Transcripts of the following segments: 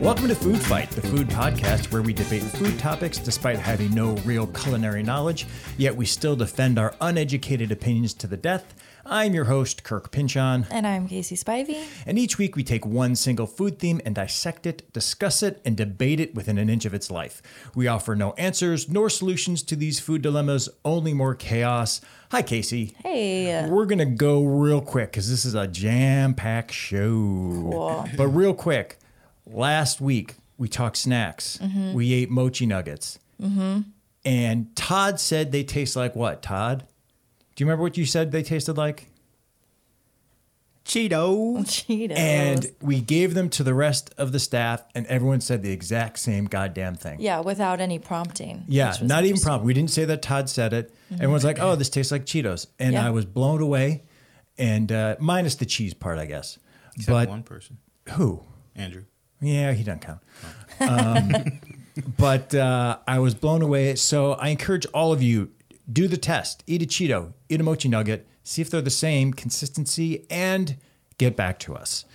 Welcome to Food Fight, the food podcast where we debate food topics despite having no real culinary knowledge, yet we still defend our uneducated opinions to the death. I'm your host, Kirk Pinchon, And I'm Casey Spivey. and each week we take one single food theme and dissect it, discuss it, and debate it within an inch of its life. We offer no answers nor solutions to these food dilemmas, only more chaos. Hi, Casey. Hey. We're going to go real quick because this is a jam packed show. Cool. But real quick, last week we talked snacks. We ate mochi nuggets. And Todd said they taste like what, Todd? Do you remember what you said they tasted like? Cheeto. Cheetos. And we gave them to the rest of the staff, and everyone said the exact same goddamn thing. yeah, without any prompting. Yeah, which was not even interesting. Mm-hmm. prompt. We didn't say that Todd said it. Everyone's like, "Oh, this tastes like Cheetos," and Yeah. I was blown away, and uh, minus the cheese part, I guess. Except but one person, who? Andrew. Yeah, he doesn't count. Oh. Um, but uh, I was blown away. So I encourage all of you do the test. Eat a Cheeto, eat a mochi nugget, see if they're the same consistency, and get back to us.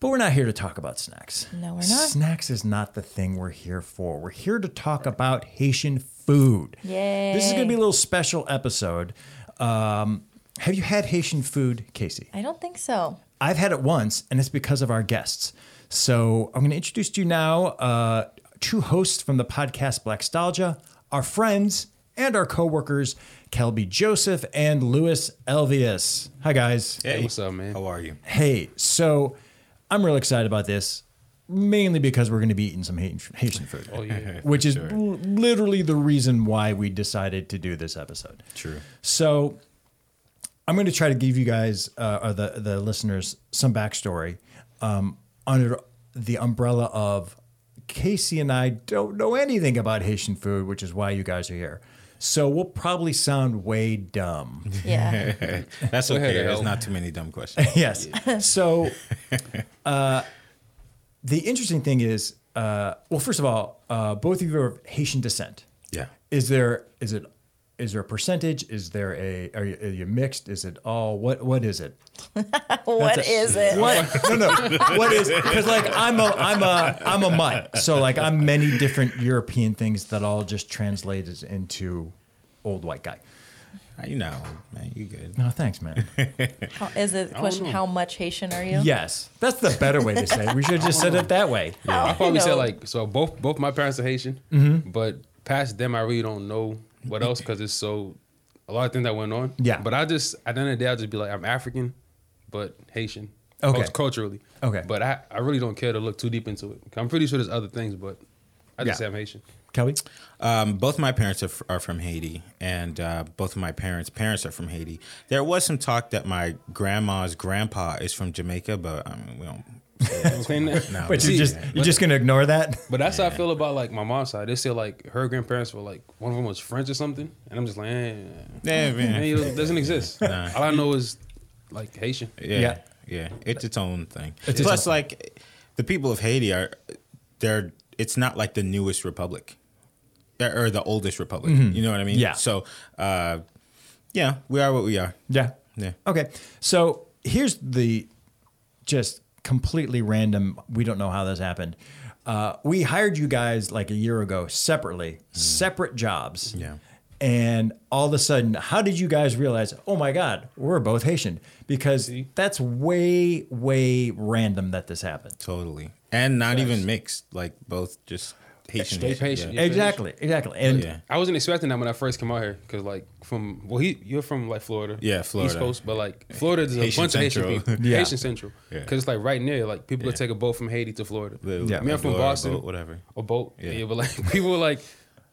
But we're not here to talk about snacks. No, we're not. Snacks is not the thing we're here for. We're here to talk about Haitian food. This is going to Yay. be a little special episode. Um, have you had Haitian food, Casey? I don't think so. I've had it once, and it's because of our guests. So I'm going to introduce to you now uh, two hosts from the podcast Blackstalgia, our friends and our coworkers, Kelby Joseph and Louis Elvius. Hi, guys. Hey, what's up, man? How are you? Hey, so I'm real excited about this, mainly because we're going to be eating some Haitian Haitian food, Oh yeah. which is l- literally the reason why we decided to do this episode. True. So I'm going to try to give you guys uh, or the the listeners some backstory um, under the umbrella of Casey and I don't know anything about Haitian food, which is why you guys are here. So we'll probably sound way dumb. Yeah. That's ahead, okay. There's Al. not too many dumb questions. yes. So uh, the interesting thing is, uh, well, first of all, uh, both of you are of Haitian descent. yeah. Is there is it is there a percentage? Is there a are you, are you mixed? Is it all what what is it? what a- is it? What? No, no. What is? Because like I'm a I'm a I'm a mutt. So like I'm many different European things that all just translated into old white guy. Uh, You know, man, you good. No, thanks, man. How, is it the question, know. how much Haitian are you? Yes, that's the better way to say. it. We should have just said it that way. I probably know. said like so. Both both my parents are Haitian, Mm-hmm. but past them, I really don't know what else because it's so a lot of things that went on. Yeah. But I just at the end of the day, I just be like, I'm African, but Haitian. Okay. cult- Culturally. Okay. But I I really don't care to look too deep into it. I'm pretty sure there's other things, but I just Yeah. am Haitian. Kelly. Um, both my parents are, f- are from Haiti, and uh, both of my parents' parents are from Haiti. There was some talk that my grandma's grandpa is from Jamaica, but I mean, we don't. Saying that- No. But See, you just you're just gonna ignore that. But that's how I feel about like my mom's side. They say like her grandparents were like one of them was French or something, and I'm just like, eh, Yeah, man. eh, it doesn't exist. Nah. All I know is like Haitian. Yeah. Yeah. Yeah. It's its own thing. It's its Plus, own like, the people of Haiti are, they're, it's not like the newest republic uh, or or the oldest republic. You know what I mean? Mm-hmm. Yeah. So, uh, yeah, we are what we are. Yeah. Yeah. Okay. So here's the just completely random. We don't know how this happened. Uh, we hired you guys like a year ago separately, separate jobs. Yeah. And all of a sudden, how did you guys realize, oh my God, we're both Haitian? Because that's way, way random that this happened. Totally. And not even mixed, like, both just Haitian. Stay patient. Yeah. Yeah. Exactly. Exactly. And Yeah. I wasn't expecting that when I first came out here, cause like from well, he you're from like Florida, Yeah, Florida. East Coast, but like Florida, there's a Haitian bunch of Central. Haitian people, Yeah. Haitian Central, Yeah. cause it's like right near, like people could take a boat from Haiti to Florida. Little- Yeah. Me, I'm from little Boston, boat, whatever. a boat, yeah. Yeah. but like people were like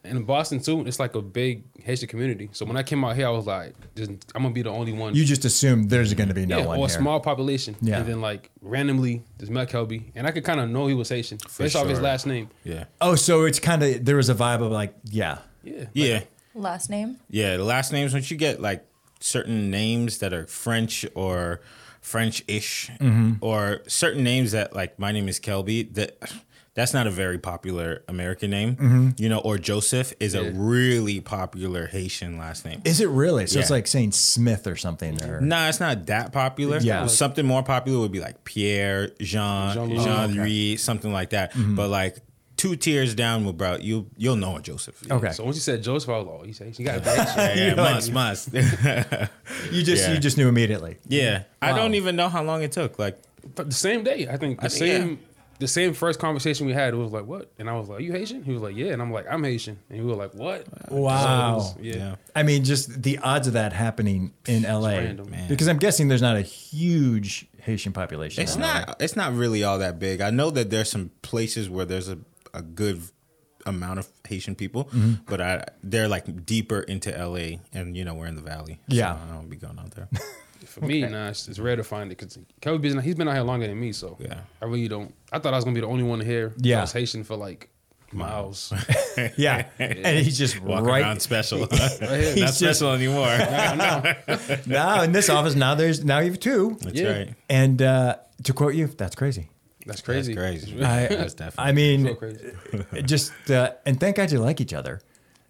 in Boston too, it's like a big Haitian community. So when I came out here, I was like, just, I'm gonna be the only one. you just assumed there's going to be no yeah, one. or a here. small population. Yeah. And then like randomly, there's Matt Kelby, and I could kind of know he was Haitian based off his sure. last name. Yeah. Oh, so it's kind of, there was a vibe of like, yeah. Yeah. Yeah. Last name? Yeah. The last names, once you get, like, certain names that are French Mm-hmm. or French ish, or certain names that, like, my name is Kelby, that That's not a very popular American name, Mm-hmm. you know. Or Joseph is Yeah. a really popular Haitian last name. Is it really? So it's Yeah. like saying Smith or something. Or Nah, it's not that popular. Yeah. Something more popular would be like Pierre, Jean, Jean Jean-Louis. Louis, Oh, something like that. Mm-hmm. But like two tiers down will bro, you you'll know a Joseph. okay, So once you said Joseph, I was like, oh, you say she got a bad Yeah, yeah, must, must. you just Yeah. you just knew immediately. yeah. I don't even know how long it took. Like But the same day, I think the think, yeah. same the same first conversation we had it was like, "What?" And I was like, "You Haitian?" He was like, "Yeah." And I'm like, "I'm Haitian." And he was like, "What?" Wow. Yeah. yeah. I mean, just the odds of that happening in LA, random. Man. because I'm guessing there's not a huge Haitian population. It's in LA. not it's not really all that big. I know that there's some places where there's a, a good amount of Haitian people, Mm-hmm. but I they're like deeper into LA and you know, we're in the valley. so Yeah. I don't be going out there. For me, nah, it's, it's rare to find it because Kobe's he's been out here longer than me, so Yeah. I really don't. I thought I was gonna be the only one here. Yeah. that was Haitian for like miles. Yeah, and he's just Walk right around special. not Right here. He's just- special anymore. I know. now in this office. Now there's now you have two. That's Yeah. right. And uh, to quote you, that's crazy. That's crazy. That's crazy. I, That's definitely. I mean, So crazy. just uh, and thank God you like each other.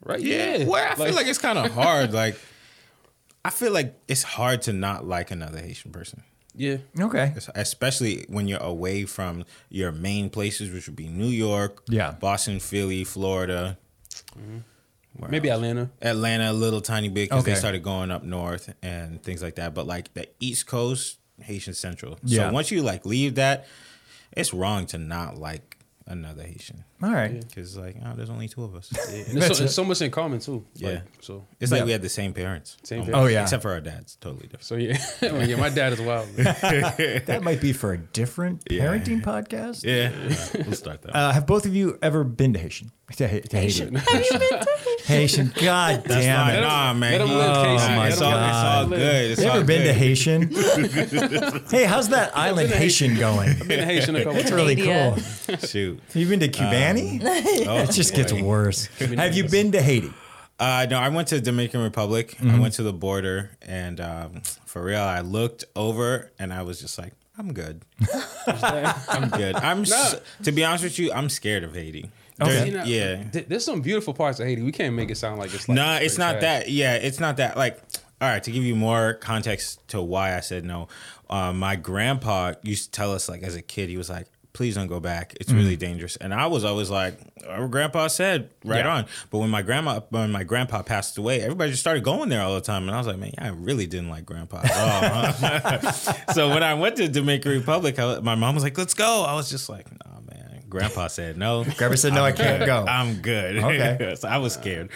Right? yeah. Yeah. Well, I feel like it's kind of hard. Like, I feel like it's hard to not like another Haitian person, yeah. Okay. It's- especially when you're away from your main places, which would be New York, Yeah. Boston, Philly, Florida, Where Maybe else? Atlanta. Atlanta a little tiny bit because they Okay. started going up north and things like that. But like the East Coast, Haitian Central. Yeah. So once you like leave that, it's wrong to not like another Haitian. All right. Because like, oh, there's only two of us. And there's, so, there's so much in common too. Like, Yeah. so It's Yeah. like we had the same parents. Same Almost. parents. Oh, yeah. Except for our dads, totally different. so yeah. Well, yeah. My dad is wild. man. That might be for a different Yeah. parenting podcast. Yeah, we'll start that. Uh, have both of you ever been to Haitian? To, Ha- to Haiti? Haitian. Have you been to Haitian. God That's damn fine. it. Nah, man. let him he- live, nah, Casey. Let It's him all, live. it's all good. It's You all ever been to good. Haitian? hey, how's that island Haitian going? Been to Haitian a couple It's times. really Canada. cool. Shoot. You've been to Cubani? Oh, it just gets boy. worse. Have you been to Haiti? Uh, no, I went to Dominican Republic. I Mm-hmm. went to the border, and um, for real, I looked over and I was just like, I'm good. I'm good. I'm s- to be honest with you, I'm scared of Haiti. Okay. You know, There- Yeah. th- there's some beautiful parts of Haiti. We can't make it sound like it's like No, it's straight not trash. that. Yeah, it's not that. Like, all right, to give you more context to why I said no, uh, my grandpa used to tell us, like, as a kid, he was like, please don't go back. Mm. It's really dangerous. And I was always like, our grandpa said, right Yeah. on. But when my grandma, when my grandpa passed away, everybody just started going there all the time. And I was like, man, yeah, I really didn't like grandpa at all. so when I went to Dominican Republic, I, my mom was like, let's go. I was just like, nah, man. Grandpa said no. Grandpa said, Um, no, I can't go. I'm good. Okay. so I was scared.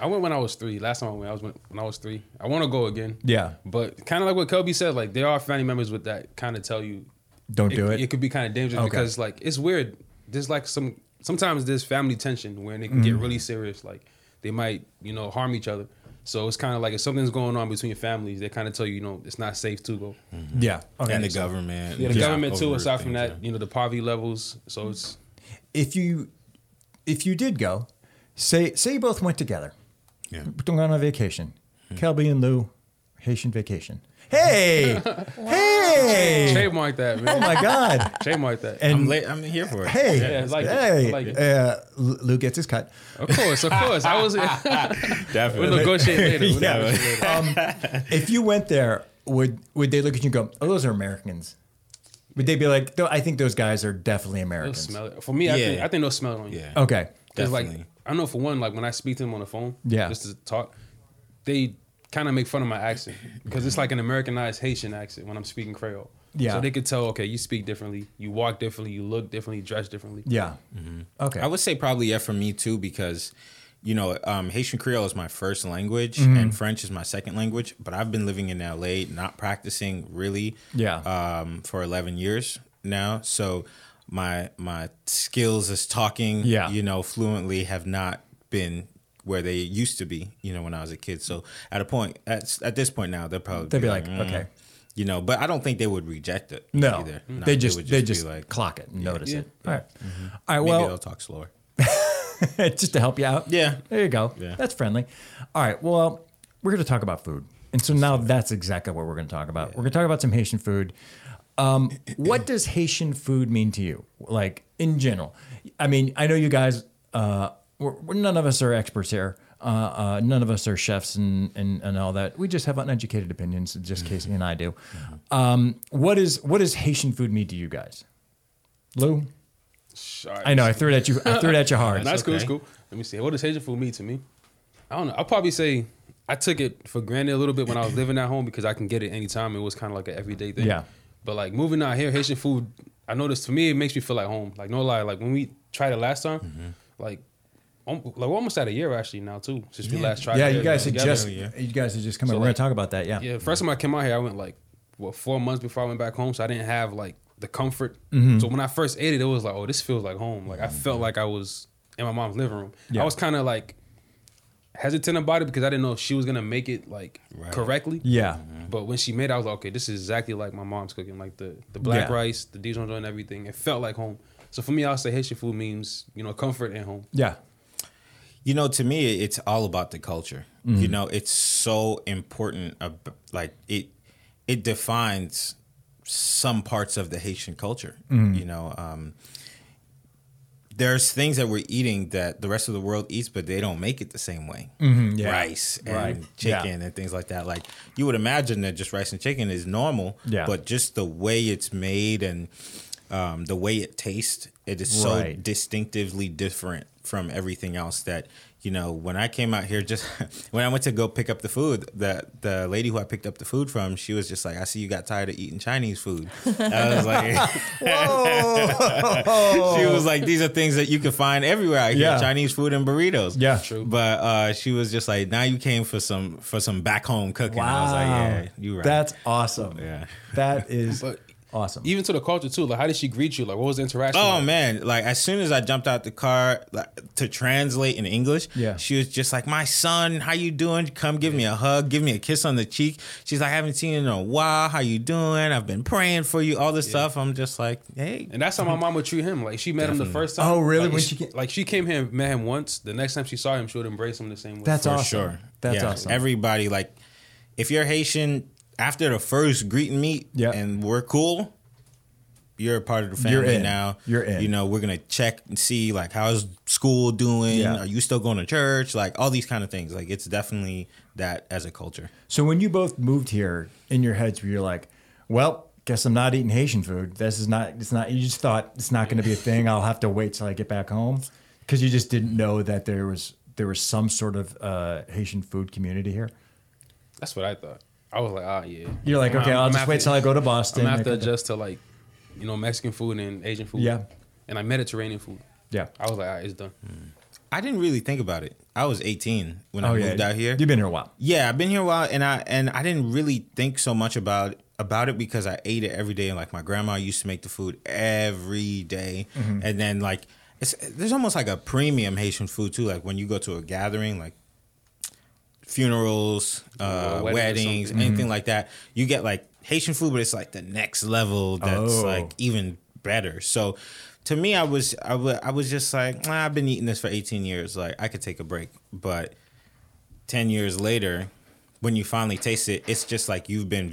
I went when I was three. Last time I went, I was when, when I was three. I want to go again. Yeah. But kind of like what Kobe said, like there are family members with that kind of tell you Don't do it. It could be kind of dangerous Okay. because like it's weird. There's like some sometimes there's family tension where they can Mm-hmm. get really serious. Like they might you know harm each other. So it's kind of like if something's going on between families, they kind of tell you, you know, it's not safe to go. Yeah. Okay. and the government. Yeah, the Yeah. government too. Over Aside things, from that, yeah. you know, the poverty levels. So it's if you if you did go, say say you both went together. Yeah. Don't go on a vacation. Kelby and Lou, Haitian vacation. Hey, hey! trademark that, Oh man. my God! trademark that. And I'm late. I'm here for it. hey, Yeah, I like it. hey! I like it. Uh, L- Lou gets his cut. Of course, of course. I was. definitely. We'll negotiate later. We'll Yeah. negotiate later. Um, If you went there, would would they look at you and go, "Oh, those are Americans"? Would they be like, "Tho- "I think those guys are definitely They'll Americans"? smell it. For me, I, Yeah. think, I think they'll smell it on you. yeah. Okay. Because like Definitely. I know for one, like when I speak to them on the phone, Yeah. just to talk, they kind of make fun of my accent because it's like an Americanized Haitian accent when I'm speaking Creole. Yeah. So they could tell, okay, you speak differently, you walk differently, you look differently, dress differently. Yeah. Okay. Mm-hmm. I would say probably yeah for me too because you know um, Haitian Creole is my first language Mm-hmm. and French is my second language. But I've been living in LA, not practicing really. Yeah. Um, for eleven years now, so my my skills as talking, Yeah. you know, fluently have not been where they used to be. You know, when I was a kid. So at a point at at this point now, they'll probably mm, They'd be like, okay. You know, but I don't think they would reject it. no, Mm-hmm. either. No, they would just they be just clock it, and notice it. All right. All right. Maybe Well, they'll talk slower. just to help you out. Yeah. There you go. Yeah. That's friendly. All right. Well, we're going to talk about food. And so now that's exactly what we're going to talk about. We're going to talk about some Haitian food. Um, what does Haitian food mean to you, like in general? I mean, I know you guys. Uh, we're, we're, none of us are experts here. Uh, uh, none of us are chefs and, and and all that. We just have uneducated opinions, just Casey and I do. Mm-hmm. Um, what is what does Haitian food mean to you guys, Lou? I know I threw it at you. I threw it at you hard. That's cool. That's okay. cool. Let me see. What does Asian food mean to me? I don't know. I'll probably say I took it for granted a little bit when I was living at home because I can get it anytime. It was kind of like an everyday thing. Yeah. But like moving out here, Haitian food, I noticed for me, it makes me feel like home. Like, no lie. Like when we tried it last time, Mm-hmm. like, um, like we're almost at a year actually now too since we last tried. Yeah, it you guys had together. just yeah. you guys had just come. over. We're like- gonna talk about that. Yeah. Yeah, first time I came out here, I went like what four months before I went back home, so I didn't have like the comfort. Mm-hmm. So when I first ate it, it was like, oh, this feels like home. Like I felt like I was in my mom's living room. Yeah. I was kind of like hesitant about it because I didn't know if she was gonna make it like Right. Mm-hmm. correctly. Yeah. But when she made, it, I was like, okay, this is exactly like my mom's cooking, like the the black Yeah. rice, the Dijon joint, and everything. It felt like home. So for me, I'll say Haitian food means you know comfort and home. Yeah. you know to me it's all about the culture you Mm-hmm. know it's so important ab- like it it defines some parts of the haitian culture Mm-hmm. you know um there's things that we're eating that the rest of the world eats, but they don't make it the same way. Mm-hmm, yeah. Rice and Right. Yeah. chicken and things like that. Like you would imagine that just rice and chicken is normal, Yeah. but just the way it's made and um, the way it tastes, it is so Right. distinctively different from everything else that you know when i came out here just when i went to go pick up the food the the lady who i picked up the food from she was just like i see you got tired of eating chinese food i was like she was like these are things that you can find everywhere out here Yeah. chinese food and burritos Yeah. True. but uh she was just like now you came for some for some back home cooking i was like yeah you right That's awesome. Yeah. That is But- awesome. Even to the culture too. Like, how did she greet you? Like, what was the interaction? Oh like? man! Like as soon as I jumped out the car like, to translate in English, Yeah. she was just like, "My son, how you doing? Come give me a hug, give me a kiss on the cheek." She's like, "I haven't seen you in a while. How you doing? I've been praying for you. All this stuff." I'm just like, "Hey, And that's how my mom would treat him. Like she met him the first time. Oh, really? Like When she she, ca- like she came here and met him once. The next time she saw him, she would embrace him the same way. That's for awesome. sure. That's Yeah. awesome. Everybody like, if you're Haitian, after the first greeting meet, Yeah. and we're cool, you're a part of the You're family in. now. You're in. You know, we're gonna check and see like how's school doing. Yeah. Are you still going to church? Like all these kind of things. Like it's definitely that as a culture. so when you both moved here, in your heads, were you like, well, guess I'm not eating Haitian food. This is not. It's not. You just thought it's not going to be a thing. I'll have to wait till I get back home because you just didn't know that there was there was some sort of uh, Haitian food community here. That's what I thought. I was like, ah, yeah. You're like, I'm- okay, I'll I'm just have wait to- till I go to Boston. I'm gonna have to Okay. adjust to like, you know, Mexican food and Asian food. Yeah. And like Mediterranean food. Yeah. I was like, ah, it's done. I didn't really think about it. I was 18 when I moved out here. oh, You've been here a while. Yeah, I've been here a while, and I and I didn't really think so much about about it because I ate it every day. Like my grandma used to make the food every day. Mm-hmm. and then like it's there's almost like a premium Haitian food too. Like when you go to a gathering, like funerals, uh, Or a wedding or weddings, something. Mm-hmm. anything like that, you get like Haitian food, but it's like the next level. That's Oh. like even better. So. To me, I was I wa- I was just like "Nah, I've been eating this for 18 years. Like I could take a break, but 10 years later when you finally taste it it's just like you've been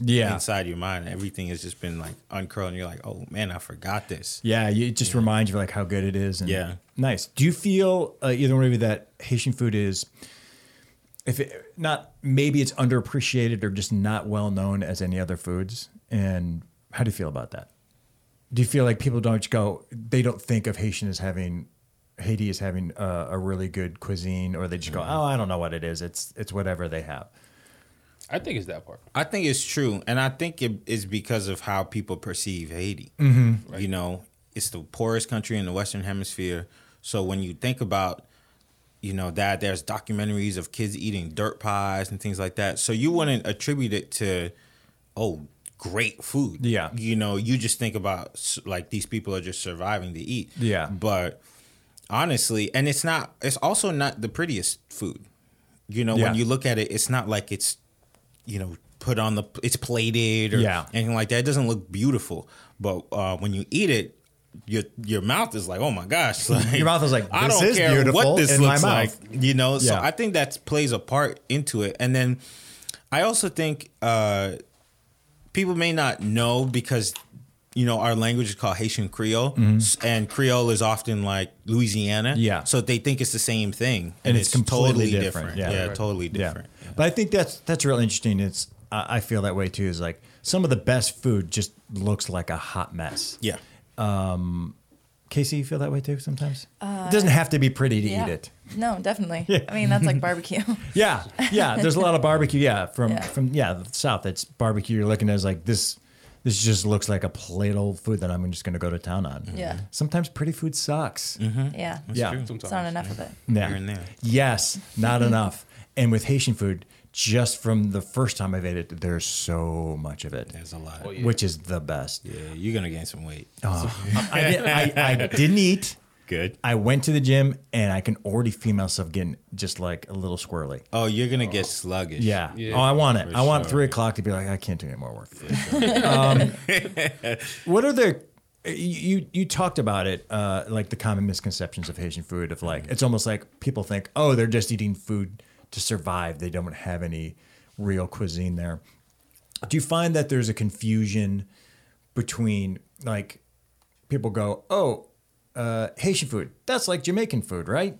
Yeah. inside your mind everything has just been like uncurled and you're like oh man i forgot this Yeah, you, it just reminds you like how good it is. And Yeah. nice. Do you feel uh, either one of you that Haitian food is, if it, not maybe it's underappreciated or just not well known as any other foods? And how do you feel about that? Do you feel like people don't go? They don't think of Haitian as having Haiti as having a, a really good cuisine, or they just go, "Oh, I don't know what it is. It's it's whatever they have." I think it's that part. I think it's true, and I think it is because of how people perceive Haiti. Mm-hmm. You know, it's the poorest country in the Western Hemisphere. So when you think about, you know, that there's documentaries of kids eating dirt pies and things like that. So you wouldn't attribute it to, oh, great food. Yeah. You know, you just think about s- like these people are just surviving to eat. Yeah. But honestly, and it's not. It's also not the prettiest food. You know, Yeah. when you look at it, it's not like it's you know put on the it's plated or Yeah. anything like that. It doesn't look beautiful, but uh, when you eat it, your your mouth is like, oh my gosh, like, Your mouth is like, I "This don't is care beautiful what this in my looks like, mouth." you know. So Yeah. I think that plays a part into it, and then I also think uh, people may not know because you know our language is called Haitian Creole, s- and Creole is often like Louisiana. Mm-hmm. Yeah. So they think it's the same thing, And it's completely different. Yeah, Yeah. Right. totally different. Yeah. But I think that's that's real interesting. It's I I feel that way too. Is like some of the best food just looks like a hot mess. Yeah. Casey, you feel that way too sometimes. it doesn't have to be pretty to Uh, yeah. eat it. No, definitely. I mean, that's like barbecue. Yeah, yeah. There's a lot of barbecue. Yeah, from Yeah. from yeah the south. It's barbecue. You're looking at is like this. This just looks like a plate old food that I'm just going to go to town on. Yeah. Sometimes pretty food sucks. yeah. Mm-hmm. Yeah. It's not enough of it. Yeah. Mm-hmm. Here and there. Yes, not Mm-hmm. enough. And with Haitian food, just from the first time I've ate it, there's so much of it, There's a lot. Oh, yeah. yeah. which is the best. you're gonna gain some weight. Uh-huh. I, did, I, I didn't eat. Good. I went to the gym and I can already feel myself getting just like a little squirrely. Oh, you're gonna get sluggish. Uh-huh. Yeah. Yeah. oh, I want it. For I want sure. three o'clock to be like, I can't do any more work. um, what are the you you talked about it uh, like the common misconceptions of Haitian food of Mm-hmm. like it's almost like people think oh they're just eating food to survive they don't have any real cuisine there. Do you find that there's a confusion between like people go oh uh, Haitian food that's like Jamaican food right?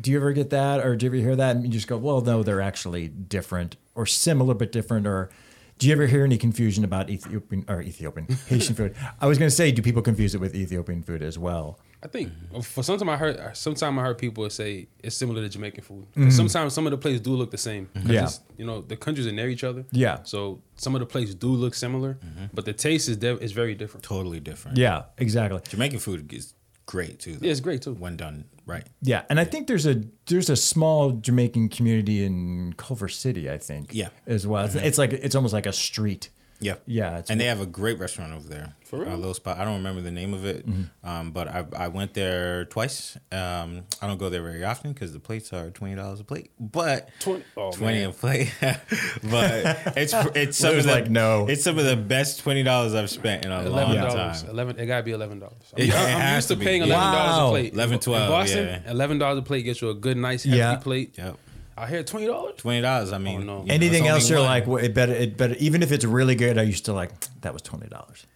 Do you ever get that or do you ever hear that and you just go well no they're actually different or similar but different or do you ever hear any confusion about Ethiopian or Ethiopian Haitian food? I was going to say, do people confuse it with Ethiopian food as well? I think for some time I heard sometime I heard people say it's similar to Jamaican food. 'Cause Sometimes some of the places do look the same. 'Cause Yeah. it's- you know the countries are near each other. Yeah. so some of the places do look similar, but the taste is de- is very different. Totally different. Yeah, exactly. Jamaican food is great too. though, Yeah, it's great too. when done right. Yeah, and I think there's a there's a small Jamaican community in Culver City, I think. Yeah. Mm-hmm. as well. It's, it's like it's almost like a street. Yeah. Yeah, it's- and they have a great restaurant over there. For real? A little spot. I don't remember the name of it, Mm-hmm. um, but I, I went there twice. Um, I don't go there very often because the plates are $20 a plate, but 20 oh, 20 man. a plate. but it's it's some Lou's of the, like, no. It's some of the best $20 I've spent in a long Eleven dollars. time. Eleven. It gotta be eleven dollars. I'm, It- it I'm has used to to, be, paying yeah. eleven dollars Wow. a plate. 11, In 12, Boston, yeah. eleven dollars a plate gets you a good, nice, hefty Yeah. plate. Yep. I hear twenty dollars. $20. I mean, Oh, no. you know, Anything it's else, only you're one. like, well, it better, it better. Even if it's really good, I used to like that was twenty dollars.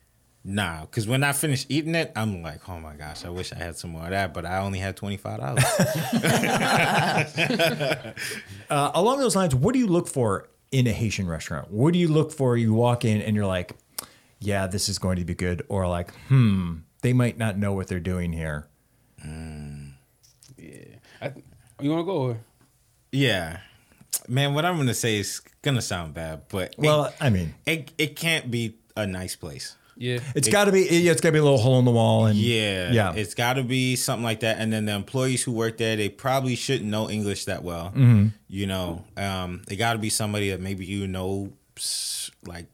Nah, because when I finish eating it, I'm like, oh my gosh, I wish I had some more of that, but I only had $25. Uh, along those lines, what do you look for in a Haitian restaurant? What do you look for? You walk in and you're like, yeah, this is going to be good, or like, hmm, they might not know what they're doing here. Yeah. I th- you wanna go? Or? yeah. Man, what I'm going to say is going to sound bad, but. Well, I mean, it it can't be a nice place. Yeah. it's got to be. Yeah, it's got to be a little hole in the wall, and Yeah, yeah, It's got to be something like that. And then the employees who work there, they probably shouldn't know English that well. Mm-hmm. You know, um, they got to be somebody that maybe you know, s- like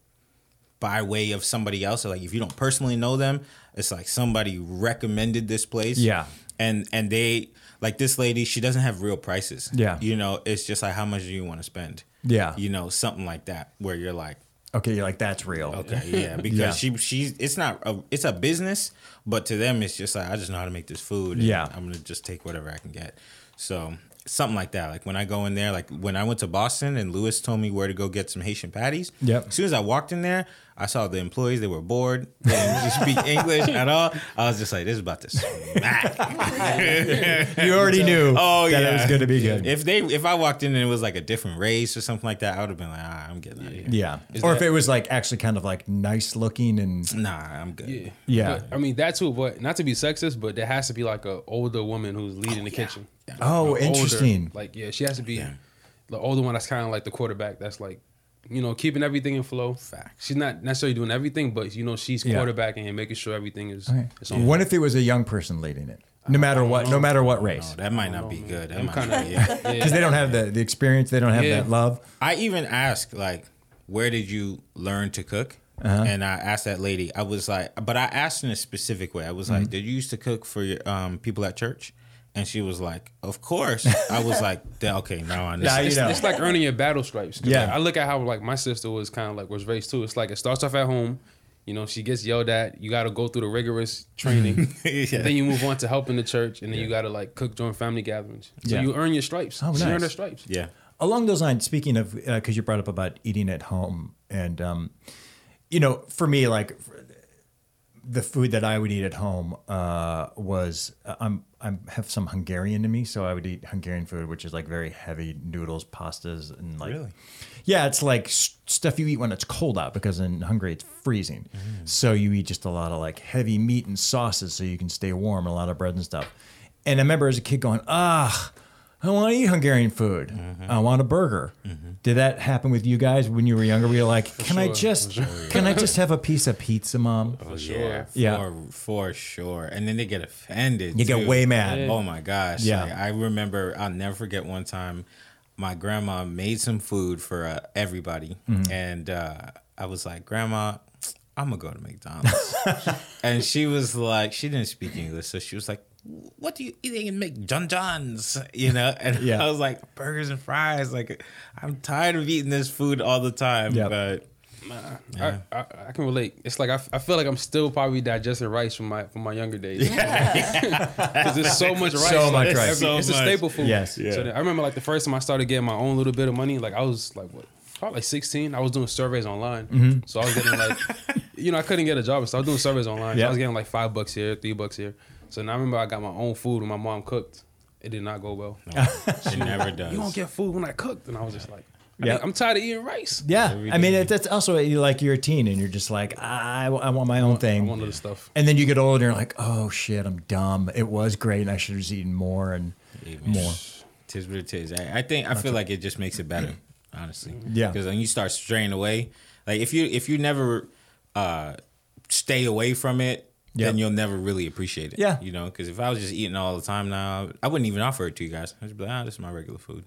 by way of somebody else. So, like if you don't personally know them, it's like somebody recommended this place. Yeah. and and they like this lady. She doesn't have real prices. Yeah. you know, it's just like how much do you want to spend? Yeah. you know, something like that where you're like. okay, you're like that's real. Okay, yeah, because Yeah. she she's it's not a, it's a business, but to them it's just like I just know how to make this food. and Yeah. I'm gonna just take whatever I can get. So something like that. Like when I go in there, like when I went to Boston and Lewis told me where to go get some Haitian patties. Yep. As soon as I walked in there, I saw the employees. They were bored. They didn't speak English at all. I was just like, this is about to smack. You already knew. Oh that yeah, it was going to be good. If they if I walked in and it was like a different race or something like that, I would have been like, ah, I'm getting out of here. yeah, Is or if that- it was like actually kind of like nice looking and Nah, I'm good. Yeah. Yeah. But, I mean that too, but not to be sexist, but there has to be like a older woman who's leading the kitchen. Oh, Older. interesting. Like yeah, she has to be the older one that's kind of like the quarterback that's like you know, keeping everything in flow. Fact. She's not necessarily doing everything, but you know, she's Yeah. quarterbacking and making sure everything is, Okay. is on. What if it was a young person leading it? No matter what, no matter what race, Oh, that might not be good. That I'm might kind not of be yeah. it. because they don't have the, the experience, they don't have Yeah. that love. I even asked like, where did you learn to cook? And I asked that lady. I was like, but I asked in a specific way. I was like, did you used to cook for your um, people at church? And she was like, of course. I was like, "Then- okay, now I Now understand. you know. It's like earning your battle stripes. 'Cause, Yeah. like, I look at how like my sister was kind of like was raised too. It's like it starts off at home. You know, she gets yelled at. You got to go through the rigorous training. Yeah. Then you move on to helping the church, and then you got to like cook during family gatherings. So Yeah. you earn your stripes. Oh, she nice. earned her stripes. Yeah. uh, Along those lines, speaking of, because you brought up about eating at home, and um, you know, for me, like f- the food that I would eat at home uh, was I'm I'm have some Hungarian in me, so I would eat Hungarian food, which is like very heavy noodles, pastas, and like Really? yeah, it's like s- stuff you eat when it's cold out because in Hungary it's freezing, Mm. so you eat just a lot of like heavy meat and sauces so you can stay warm, and a lot of bread and stuff. And I remember as a kid going, ah. I don't want to eat Hungarian food. Mm-hmm. I want a burger. Did that happen with you guys when you were younger? Were you like, can I sure, Oh, just can I just have a piece of pizza, mom? sure. Yeah. For, for sure. And then they get offended. You get too. way mad. Oh my gosh. Yeah. Like, I remember, I'll never forget one time my grandma made some food for uh, everybody. Mm-hmm. And uh, I was like, Grandma, I'm going to go to McDonald's. and she was like, she didn't speak English. So she was like, what do you eating in McJohn's? You know? And Yeah. I was like, burgers and fries. Like, I'm tired of eating this food all the time. Yep. But I, I, I can relate. It's like I, f- I feel like I'm still probably digesting rice from my from my younger days. Because there's so much rice. So much Like, rice. every- So it's much. a staple food. Yes. Yeah. So then I remember like the first time I started getting my own little bit of money, like I was like what, probably like 16. I was doing surveys online, Mm-hmm. so I was getting like, you know, I couldn't get a job, so I was doing surveys online. So Yeah. I was getting like five bucks here, three bucks here. So now I remember I got my own food when my mom cooked. It did not go well. it never does. You don't get food when I cooked, and I was just like, I Yeah. think I'm tired of eating rice. Yeah, Every I mean day. it, that's also you like you're a teen and you're just like I, I want my own I thing. want other stuff. and then you get older and you're like, oh shit, I'm dumb. It was great and I should have just eaten more and Amen. more. Tis what it is. I, I think I feel like it just makes it better, honestly. Yeah. Because when you start straying away, like if you if you never uh, stay away from it, then Yeah. you'll never really appreciate it. Yeah. You know, because if I was just eating all the time now, I wouldn't even offer it to you guys. I'd just be like, ah, this is my regular food.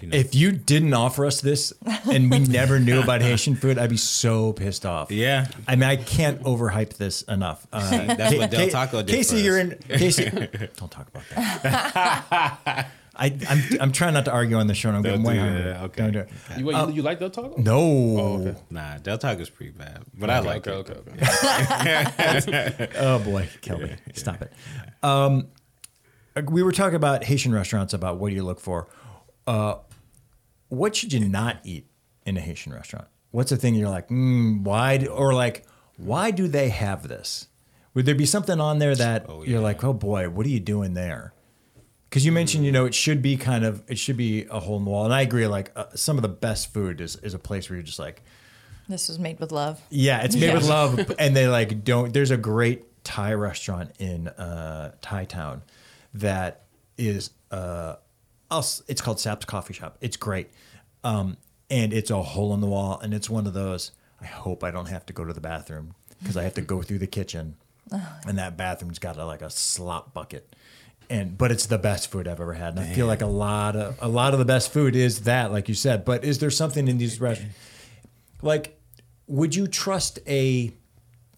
You know? If you didn't offer us this and we never knew about Haitian food, I'd be so pissed off. yeah. I mean, I can't overhype this enough. Uh, That's what Del Ca- Taco did. Casey, for you're us. in. Casey, don't talk about that. I, I'm, I'm trying not to argue on the show. And I'm getting Don't way do hungry. that. Okay. Oh, Don't do it. You, wait, you, you like that taco? No. Nah, Del Taco's pretty bad, but I Oh, Okay, like okay, it. okay, okay. Oh boy, kill me! Stop it. Um, we were talking about Haitian restaurants about what do you look for. Uh, what should you not eat in a Haitian restaurant? What's the thing you're like, mm, why? d- Or like, why do they have this? Would there be something on there that Oh, you're yeah. like, oh boy, what are you doing there? Because you mentioned, you know, it should be kind of, it should be a hole in the wall, and I agree. Like, uh, some of the best food is is a place where you're just like, This was made with love. yeah, it's made with Yeah. love, and they like don't. There's a great Thai restaurant in uh, Thai Town that is uh, I'll, s- it's called Sap's Coffee Shop. It's great, um, and it's a hole in the wall, and it's one of those. I hope I don't have to go to the bathroom because I have to go through the kitchen, and that bathroom's got a, like a slop bucket. And but it's the best food I've ever had, and I feel like a lot of a lot of the best food is that, like you said. But is there something in these restaurants? like would you trust a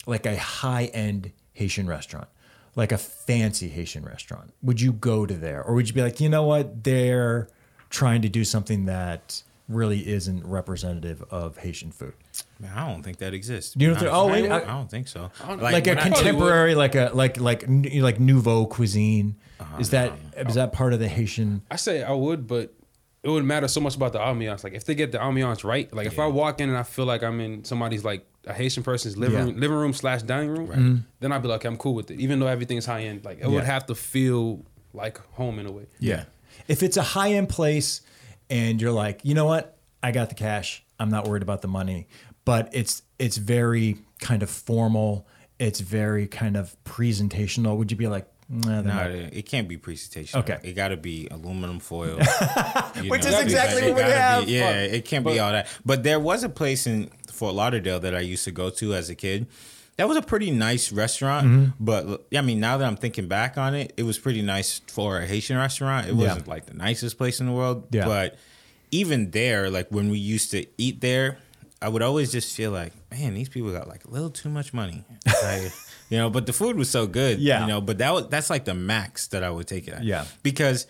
like a high end haitian restaurant like a fancy haitian restaurant would you go to there or would you be like you know what they're trying to do something that really isn't representative of haitian food Man, I don't think that exists. You don't think- honestly. oh, wait, I, I- I don't think so. like, when a I- contemporary like a like like n- like nouveau cuisine Uh-huh, is that is that part of the haitian I say I would, but it would matter so much about the ambiance. Like if they get the ambiance right, like if I walk in and I feel like I'm in somebody's like a Haitian person's living Yeah. room, living room slash dining room, then I'd be like, okay, I'm cool with it. Even though everything's high end, like it Yeah. would have to feel like home in a way. Yeah. If it's a high end place and you're like, you know what, I got the cash. I'm not worried about the money, but it's it's very kind of formal. It's very kind of presentational. Would you be like, nah, they're No, not- it, it can't be presentation. Okay. It got to be aluminum foil. you Which know, is because exactly it what we gotta have. Be, yeah, it can't be all that. But there was a place in Fort Lauderdale that I used to go to as a kid. That was a pretty nice restaurant, Mm-hmm. but I mean, now that I'm thinking back on it, it was pretty nice for a Haitian restaurant. It Yeah. wasn't like the nicest place in the world, Yeah. but even there, like when we used to eat there, I would always just feel like, man, these people got like a little too much money, Like, you know. But the food was so good, Yeah. You know, but that was that's like the max that I would take it at, Yeah. Because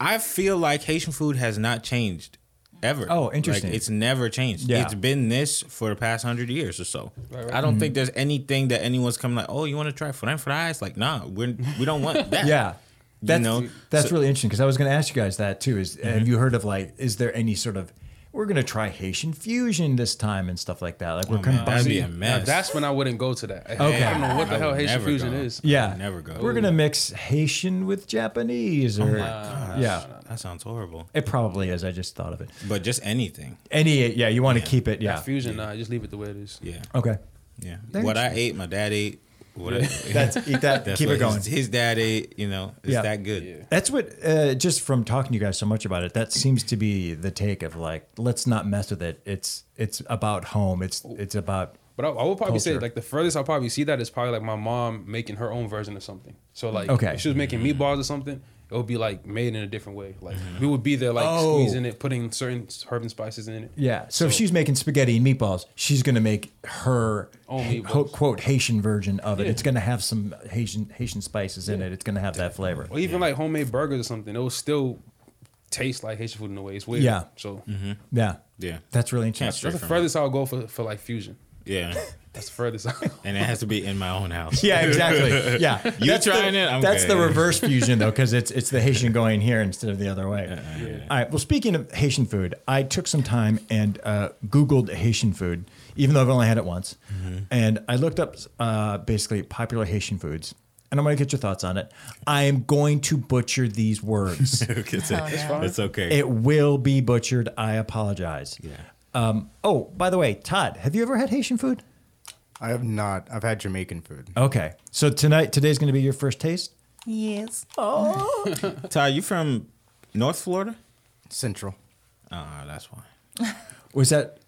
I feel like Haitian food has not changed ever. Oh, interesting. Like, it's never changed. Yeah. Mm-hmm. It's been this for the past hundred years or so. Right, right. I don't think there's anything that anyone's coming like, oh, you want to try French fries? Like, nah, we're we don't want that. yeah. That's, know, that's so- Mm-hmm. really interesting because I was going to ask you guys that too. Is have you heard of like is there any sort of we're gonna try Haitian fusion this time and stuff like that. Like we're Oh, man, that'd combining. be a Now, mess. that's when I wouldn't go to that. Okay. I don't know what the I hell would Haitian never fusion go. is. Yeah, I'd never go. Oh We're gonna mix Haitian with Japanese, or yeah, that sounds horrible. it probably is. I just thought of it. But just anything. Any, yeah, you want to keep it, yeah. That fusion, nah, just leave it the way it is. Yeah. Okay, Yeah. Thanks. What I ate, my dad ate. What I, that's eat that. that's keep what it going. His, his dad ate. You know, it's Yeah. that good. That's what, uh, just from talking to you guys so much about it, that seems to be the take of like, let's not mess with it. It's it's about home. It's it's about But I, I would probably say Culture. like the furthest I'll probably see that is probably like my mom making her own version of something. So like Okay. if she was making meatballs or something, it would be like made in a different way. Like we would be there like Mm-hmm. Oh. squeezing it, putting certain herbs and spices in it. yeah. So, if she's making spaghetti and meatballs, she's gonna make her Own ha- meatballs. quote, quote Haitian version of it. Yeah. It's gonna have some Haitian Haitian spices in it. It's gonna have that flavor. Or even like homemade burgers or something. It will still taste like Haitian food in a way. It's weird. Yeah. Mm-hmm. So Yeah, Yeah. That's really interesting. Can't that's the Different. furthest I'll go for for like fusion. Yeah. That's the furthest I'll And it has to be in my own house. Yeah, exactly. Yeah, You trying the, it? I'm that's the good. reverse fusion though, because it's it's the Haitian going here instead of the other way. All right. Well, speaking of Haitian food, I took some time and uh, Googled Haitian food, even though I've only had it once, Mm-hmm. and I looked up uh, basically popular Haitian foods. And I'm going to get your thoughts on it. I am going to butcher these words. it's, Oh, no. it's okay. it will be butchered. I apologize. Yeah. Um, oh, by the way, Todd, have you ever had Haitian food? I have not. I've had Jamaican food. Okay. So tonight, today's going to be your first taste. Yes. Ty, you from North Florida? Central. Ah, that's why. Was that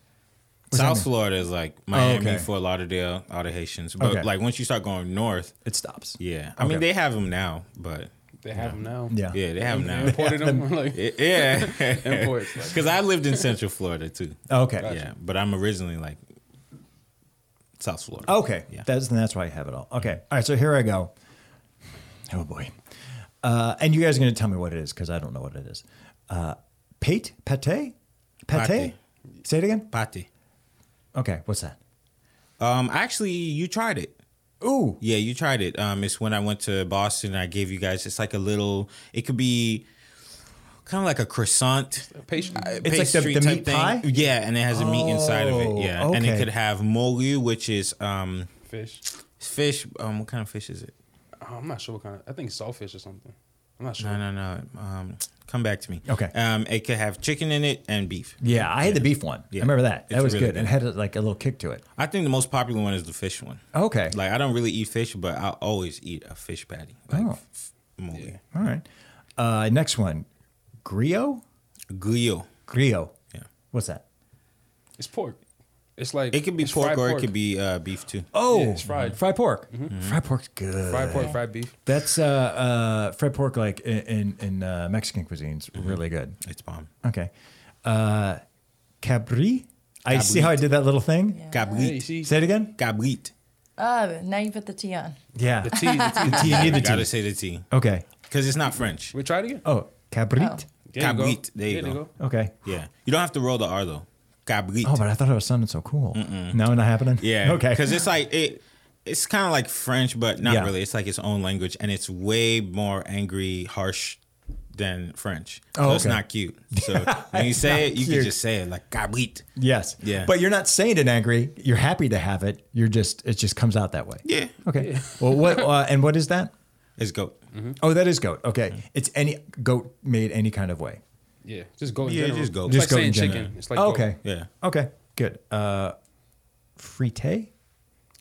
South Florida is like Miami, okay. Fort Lauderdale, all the Haitians. But Okay. like once you start going north, It stops. yeah. I mean, Okay. they have them now, but They have them now. Yeah. yeah, they have them now. Imported them like Y- yeah. imports. Like, Because I lived in Central Florida too. Okay. Yeah, but I'm originally like South Florida. Okay. Yeah. That's then that's why I have it all. Okay. All right. So here I go. Oh boy. Uh, and you guys are going to tell me what it is because I don't know what it is. Uh, pate pate pate. Pate. Say it again. Pate. Okay. What's that? Um, actually, you tried it. Ooh. Yeah, you tried it. Um, it's when I went to Boston. I gave you guys. It's like a little. It could be kind of like a croissant. patient. It's like the- pastry the type meat pie? Yeah, and it has a meat inside of it. Oh, Yeah, and okay. it could have mogu, which is um fish. fish. Um, what kind of fish is it? Oh, I'm not sure what kind of. I think saltfish or something. I'm not sure. No, no, no. Um, come back to me. Okay. Um, it could have chicken in it and beef. Yeah. I had the beef one. I remember that. that It's was really good. good. And had like a little kick to it. I think the most popular one is the fish one. Okay. Like I don't really eat fish, but I always eat a fish patty. Like Oh. f- mogu. all right. Uh, next one. Griot. Guyo. Griot. Yeah. What's that? It's pork. It's like It could be it's pork or fried it could be uh, beef too. Oh, Yeah, it's fried. Mm-hmm. Fried pork. Fried pork's good. fried pork, fried beef. That's uh, uh, fried pork, like in in, in uh, Mexican cuisines, Mm-hmm. really good. It's bomb. Okay, uh, cabri. I see how I did that little thing. Yeah, you Cabrit. see, Say it again. Cabrit. Uh, now you put the tea on. Yeah. the tea, the T, you need I the gotta T. say the T Okay. because it's not French. tea. We try it again. Oh, cabrit. There you go. Cabrit. There you There you go. Okay. Yeah, you don't have to roll the R though. Cabrit. Oh, but I thought it was sounding so cool. No, not happening. yeah. Okay. Because it's like it. It's kind of like French, but not Yeah. really. It's like its own language, and it's way more angry, harsh than French. So Oh, it's okay. not cute. So when you say it, you cute. can just say it like cabrit. yes. Yeah. But you're not saying it angry. You're happy to have it. You're just it just comes out that way. Yeah. Mm-hmm. Okay. Well, what uh, and what is that? It's goat. Oh, that is goat. Okay. Mm-hmm. It's any goat made any kind of way. Yeah, just go. In Yeah, general. just go. It's Just like go in saying general. Oh, chicken. It's like okay. Go. Yeah. Okay. Good. Uh, frite?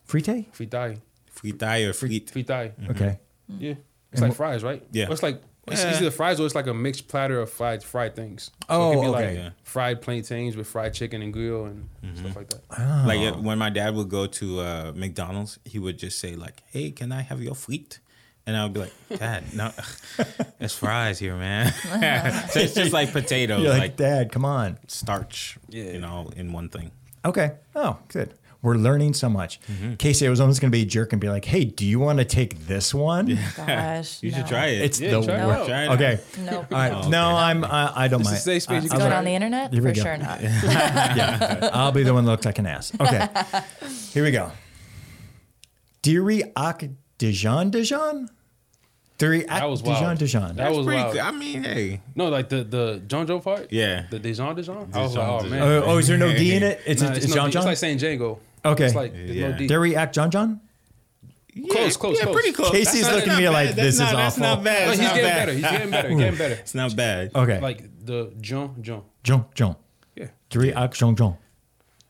Frite? Mm-hmm. Fritai, Fritai or frit. fritai. Okay. Yeah, it's like fries, right? Yeah. Or it's like it's Yeah. either the fries or it's like a mixed platter of fried fried things. So Oh, it could be okay. Like Yeah. Fried plantains with fried chicken and grill and Mm-hmm. stuff like that. Like Oh. uh, when my dad would go to uh, McDonald's, he would just say like, "Hey, can I have your fleet?" And I would be like, "Dad, no, it's fries here, man." so it's just like potatoes, You're like, Oh, like, Dad, come on. starch, Yeah. you know, in one thing. Okay. Oh, good. We're learning so much. Mm-hmm. Casey, I was almost going to be a jerk and be like, hey, do you want to take this one? Gosh. You should no. try it. It's Yeah, the try it worst. out. Try it out. Okay. Nope. All right. No, I'm, I, I don't This mind. is safe space. I- You can Going try on the it. internet? Here For we go. sure not. yeah. I'll be the one that looks like an ass. Okay. Here we go. Diri Ak Dijon Dijon? Three at That was Dijon wild. Dijon. That was pretty wild. good. I mean, hey. No, like the the John Joe part. Yeah. The Dijon Dijon. I was Dijon, like, oh Dijon. man. oh, oh, is there no D in it? It's, Nah, a, it's it's, no John D. John. It's like saying Django. Okay. It's like there's Yeah. no D. Dairy Act John John. Close, close, yeah, close. pretty close. Casey's That's not- looking at that's me not like, bad. this That's is not- That's awful. not bad. No, It's he's not getting bad. better. He's getting better. He's getting better. It's not bad. Okay. Like, Like the John John. John John. Yeah. Dairy Act John John.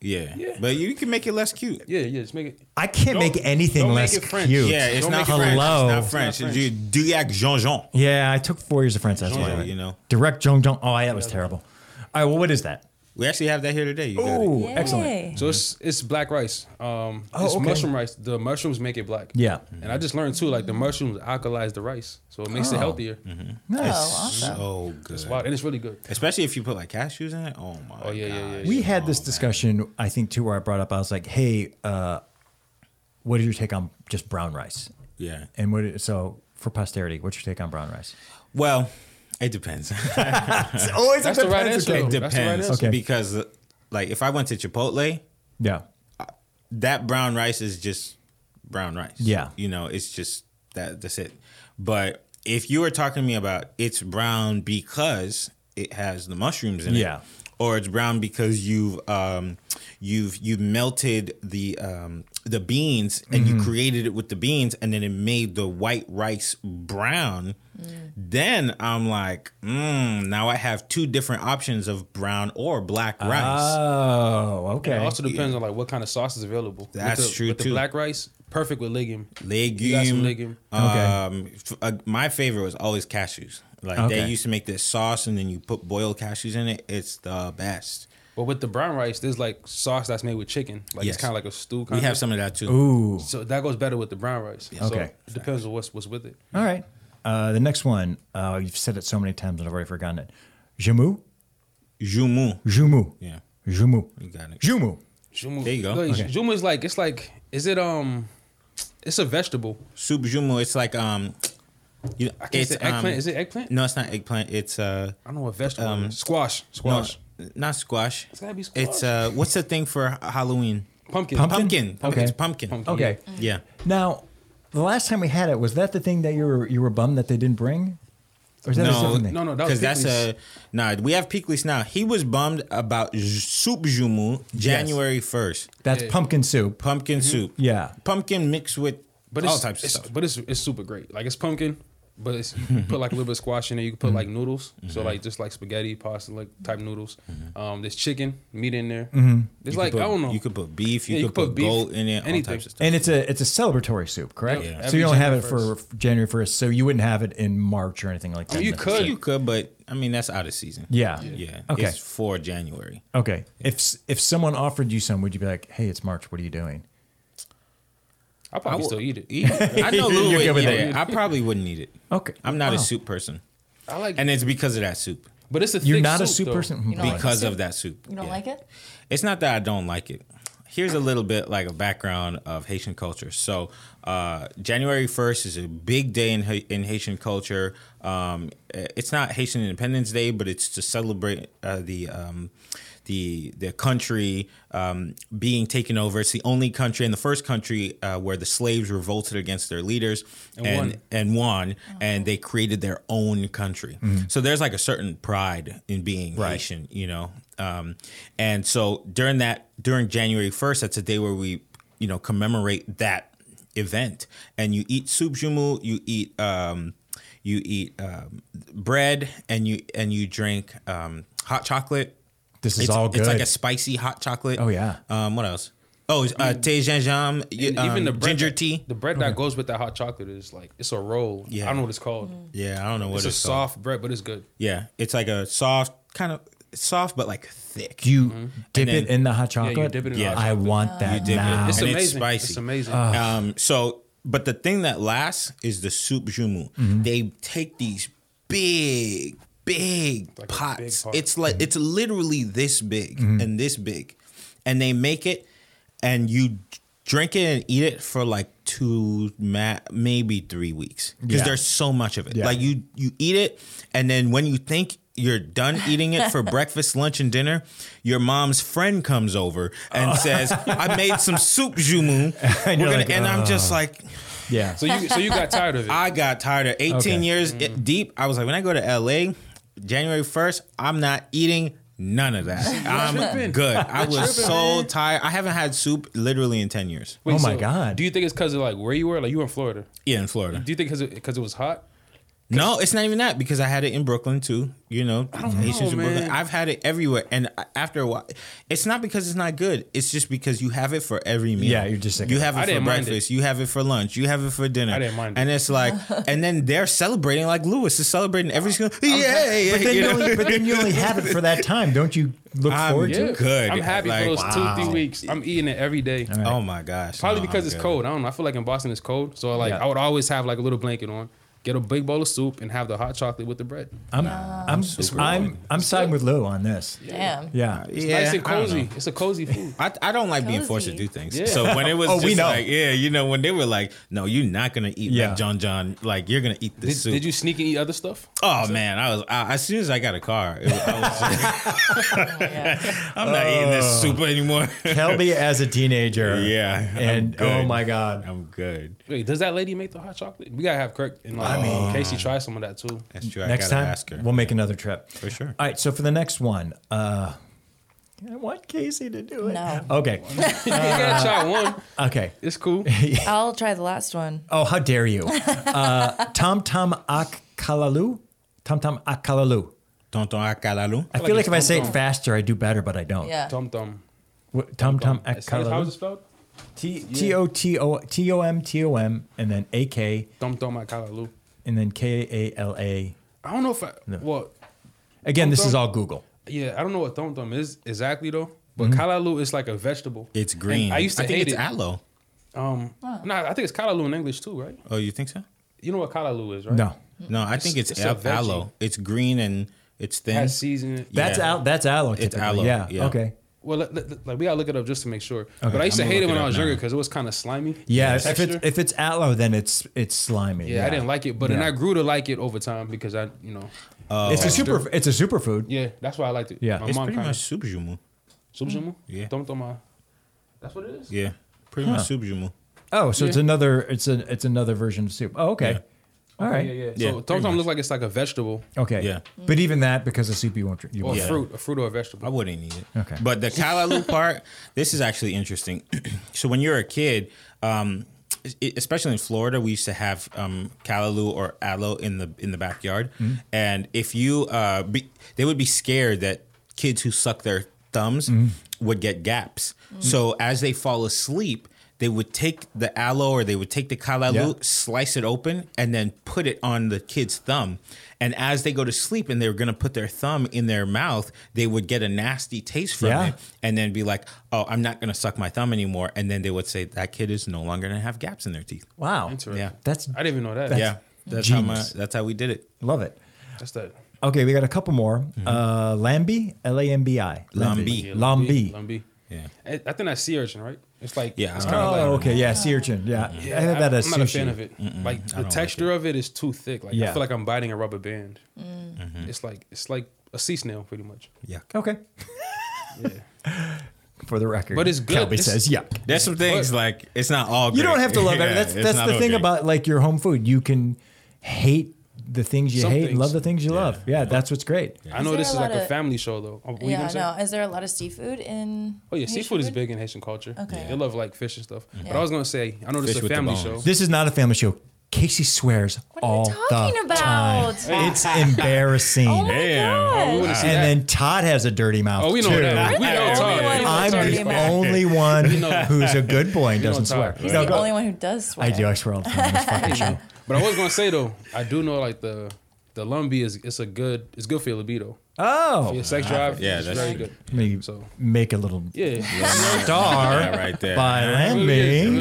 Yeah. Yeah. But you can make it less cute. Yeah, yeah. Just make it. I can't Don't- make anything don't make less it French. cute. Yeah, it's Don't not make it French. Hello. It's not French. It's not You do you act Jean Jean. Yeah, I took four years of French. That's why. Yeah, I- you know. Direct John John. Oh, yeah, that was terrible. All right. Well, what is that? We actually have that here today. You got it. Oh, excellent. Yay. So it's it's black rice. Um, Mm-hmm. Oh, it's okay. mushroom rice. The mushrooms make it black. Yeah. And I just learned too, like the mushrooms alkalize the rice, so it makes Oh. it healthier. Nice. Oh, awesome. So good. Wow, and it's really good. Especially if you put like cashews in it. Oh my. Oh, yeah, yeah, God. yeah, yeah. We had this discussion, I think, too, where I brought up, I was like, hey, uh, what is your take on just brown rice? Yeah. And what, so for posterity, what's your take on brown rice? Well, it depends. It's always That's the right answer. it though. That's the right depends answer. Okay. because like if I went to Chipotle, Yeah. that brown rice is just brown rice. Yeah. You know, it's just that that's it. But if you were talking to me about it's brown because it has the mushrooms in it. Yeah. Or it's brown because you've um you've you melted the um the beans and Mm-hmm. you created it with the beans and then it made the white rice brown. Then I'm like, mm, now I have two different options of brown or black rice. Oh, okay. It also depends on like what kind of sauce is available. That's with the, true, with too. The black rice, perfect with legume. legume. You got some legume. Okay. Um, f- uh, my favorite was always cashews. Like Okay. they used to make this sauce, and then you put boiled cashews in it. It's the best. But with the brown rice, there's like sauce that's made with chicken. Like Yes. it's kind of like a stew. Kind We of. have some of that too. Ooh. So that goes better with the brown rice. So Okay. it depends on what's what's with it. All right. Uh, the next one, uh, you've said it so many times and I've already forgotten it. Jumu? Jumu. Jumu. Yeah, Jumu. you got it. Jumu. Jumu, There you go. Like, Okay. Jumu is like it's like is it um, it's a vegetable. Soup jumu. It's like um, you, um, I can't say eggplant. is it eggplant? No, it's not eggplant. It's uh, I don't know what vegetable. Um, it is. Squash. Squash. No, not squash. It's gotta be It's squash. uh, what's the thing for Halloween? Pumpkin. Pumpkin? Pumpkin. Okay. It's pumpkin. Pumpkin. Okay. Yeah. Now, the last time we had it, was that the thing that you were you were bummed that they didn't bring? Or is that a No, different thing? no, no, that was because that's a Pickles. nah. We have Pickles now. He was bummed about J- soup jumu January first. That's pumpkin soup. Pumpkin soup. Yeah. pumpkin mixed with Mm-hmm. But all it's, types of it's- stuff. But it's it's super great. Like it's pumpkin, but it's you can put like a little bit of squash in there. You can put Mm-hmm. like noodles. So like just like spaghetti, pasta, like type noodles. Um, there's chicken meat in there. There's Mm-hmm. You could like put, I don't know. You could put beef. You Yeah, could put, goat in it. All anything. types of stuff. And it's a it's a celebratory soup, correct? Yeah. So you Every don't have it January for January first, so you wouldn't have it in March or anything like that. mean, you That's could. it. You could, but I mean that's out of season. Yeah. Yeah. Okay. It's for January. Okay. If s- if someone offered you some, would you be like, "Hey, it's March. What are you doing?" I I probably would- still eat it. Eat it. I know Lou You're good would with eat that. it. I probably wouldn't eat it. Okay. I'm not a Wow. soup person, I like and it's because of that soup. but it's a You're thick not a soup, soup though. person You don't like Because soup? of that soup. You don't Yeah. like it? It's not that I don't like it. Here's a little bit like a background of Haitian culture. So, uh, January 1st is a big day in, Ha- in Haitian culture. Um, eh, it's not Haitian Independence Day, but it's to celebrate uh, the, um, the the country um, being taken over. It's the only country and the first country uh, where the slaves revolted against their leaders and and won, won. and, Uh-huh. they created their own country. Mm-hmm. So there's like a certain pride in being Haitian, you know. Um, and so during that during January 1st, that's a day where we, you know, commemorate that event. And you eat soup jumu, you eat um, you eat um, bread, and you and you drink um, hot chocolate. This is it's, all It's like good. a spicy hot chocolate. Oh, yeah. Um, what else? Oh, uh, te gingembre, And um, Mm. E-, even the bread ginger that- tea. The bread that goes with that hot chocolate is like it's a roll. Yeah. I don't know what it's called. Yeah, I don't know what It's it's, a called. soft bread, but it's good. Yeah, it's like a soft kind of soft, but like thick. Mm-hmm. Do you dip And it then- in the hot chocolate? dip it in the Yeah. hot I chocolate. want that dip it. now. It's And amazing. it's It's, spicy. amazing. um, so, but the thing that lasts is the soup jumu. Mm-hmm. They take these big, big Like a big pots. pot. It's like it's literally this big Mm-hmm. and this big, and they make it, and you drink it and eat it for like two, ma- maybe three weeks because Yeah. there's so much of it. Yeah. Like you, you eat it, and then when you think. You're done eating it for breakfast, lunch, and dinner. Your mom's friend comes Oh. over and says, "I made some soup jumu." And We're you're gonna- like, and I'm just like, Yeah. So you so you got tired of it. I got tired of 18 Okay. years i- deep. I was like, when I go to LA, January 1st, I'm not eating none of that. I'm good. I was so tired. I haven't had soup literally in 10 years. Wait, Oh my so God. Do you think it's because of like where you were? Like you were in Florida. Yeah, in Florida. Do you think because because it was hot? No, it's not even that because I had it in Brooklyn too. You know, Haitians in know, Brooklyn. man. I've had it everywhere, and I- after a while, it's not because it's not good. It's just because you have it for every meal. Yeah, you're just sick you of it. have it I for didn't mind breakfast. You have it for lunch. You have it for dinner. I didn't mind And it. it's like, and then they're celebrating like Lewis is celebrating every single. Yeah, yeah, But then, you you know? only, but then you only have it for that time. Don't you look I'm- forward to Yeah, it? good. I'm happy Like, for those wow. two three weeks. I'm eating it every day. Oh my gosh! Probably No, because I'm it's good. cold. I don't know. I feel like in Boston it's cold, so like Yeah. I would always have like a little blanket on, get a big bowl of soup, and have the hot chocolate with the bread. I'm, I'm, I'm, I'm siding with Lou on this. Damn. Yeah. Yeah, nice and I don't know. cozy. It's a cozy food. I, I don't like being forced to Cozy. do things. Yeah. So when it was Oh, just we know. like, yeah, you know, when they were like, no, you're not gonna eat Yeah. like John John, like you're gonna eat this Did, soup. did you sneak and eat other stuff? Oh man, I was I, as soon as I got a car, it was, I was like, Yeah. I'm not eating Oh. this soup anymore. Kelby as a teenager. yeah, I'm And oh good. my God. I'm good. Wait, does that lady make the hot chocolate? We gotta have Kirk and like, Casey try some of that too. That's true. next I gotta time, ask her. we'll make another trip. For sure. All right. So for the next one, uh, I want Casey to do it. No. Okay. you gotta try one. Okay. It's cool. I'll try the last one. Oh, how dare you. Uh, Tom Tom Akalalu. Tom Tom Akalalu. Tonton Akalalu. I feel like if I say it faster, I do better, but I don't. Yeah. Tom Tom. Wh- Tom Tom It's- How's it Akalalu. spelled? T T O T O T O M T O M and then A K Tom Tom Akalalu. and then K A L A. I don't know if I well Again, this Tom. is all Google. yeah, I don't know what tom tom is exactly though. But kalalu is like a vegetable. Mm-hmm. It's green. And I used to think hate it's it. aloe. Um, nah, I think it's kalalu in English too, right? Oh, you think so? You know what kalalu is, right? No. No, I think it's, it's a al- veggie. aloe. It's green and it's thin. Has seasoning. That's Yeah. al- that's aloe. It's typically. aloe, Yeah. yeah. Okay. Well, let- let- like we gotta look it up just to make sure. but I used I'm to gonna hate it look when it I up was now. younger because it was kind of slimy. Yeah. The If it's texture. if it's aloe, then it's it's slimy. yeah, I didn't like it, but then I grew to like it over time because I, you know, Oh. It's a super. It's a superfood. yeah, that's why I liked it. Yeah. my It's mom pretty kind much of. subjumu. Yeah. Tom Toma. That's what it is. Yeah, pretty much subjumu. Oh, so it's another. It's a. It's another version of soup. Oh, okay. All right. Yeah, yeah. Yeah, so pretty tom much. tom looks like it's like a vegetable Okay. Yeah. But even that, because of soup, you won't. You or won't. Yeah. fruit, a fruit or a I vegetable. wouldn't eat it. Okay. But the Kalalu part, this is actually interesting. so when you're a kid, um, e- especially in Florida, we used to have um, Kalalu or aloe in the in the backyard, and if you, uh, be, they would be scared that kids who suck their thumbs would get gaps. So as they fall asleep. They would take the aloe or they would take the kalalu, Yeah. slice it open, and then put it on the kid's thumb. And as they go to sleep and they were going to put their thumb in their mouth, they would get a nasty taste from Yeah. it and then be like, oh, I'm not going to suck my thumb anymore. And then they would say, that kid is no longer going to have gaps in their teeth. Wow. Interesting. Yeah. That's. I didn't even know that. That's- yeah. That's how, my, genius. that's how we did it. Love it. that's that. Okay, we got a couple more. Mm-hmm. Uh, Lambi, L A M B I. Lambi. Lambi. Lambi. Yeah. I, I think that's sea urchin, right? It's like Yeah, It's I kinda Oh, like, okay. Yeah, sea urchin. Yeah, I Yeah, had that I, as am not a sushi. fan of it. Like the like texture of it is too thick. Like Yeah. I feel like I'm biting a rubber band. It's like it's like a sea snail, pretty much. Yuck. Okay. For the record, But it's good. Kelby It's- says, "Yuck." There's some things But- like it's not all. You don't great. have to love Yeah, it. That's it's that's not the all thing great. about like your home food. You can hate the things you Some hate and love things. the things you love. Yeah, that's what's great. I know there this a is like lot a of- family show though. Oh, what you Yeah. gonna say? No. Is there a lot of seafood in? Oh yeah, Haitian seafood is food? big in Haitian culture. Okay. They love like fish and stuff. But I was gonna say, I know this Fish is a with the family show. bones. This is not a family show. Casey swears What are you all talking the about? time. It's embarrassing. Oh my Damn. We god. wanna see and that. then Todd has a dirty mouth. Oh, we know too. that. We I'm know the Todd. only one We know I'm who the only one who's knows dirty mouth. Todd. know- a good boy and know doesn't swear. Todd. He's No, the go- only one who does swear. I do. I swear all the time. on this fucking show. But I was gonna say though, I do know like the the lumbi is it's a good it's good for your libido. Oh, Your sex drive, Uh-huh. Yeah, yeah, that's that's very true. good. let me So- make a little Yeah, star Yeah, right there. by Lambie. Man. Oh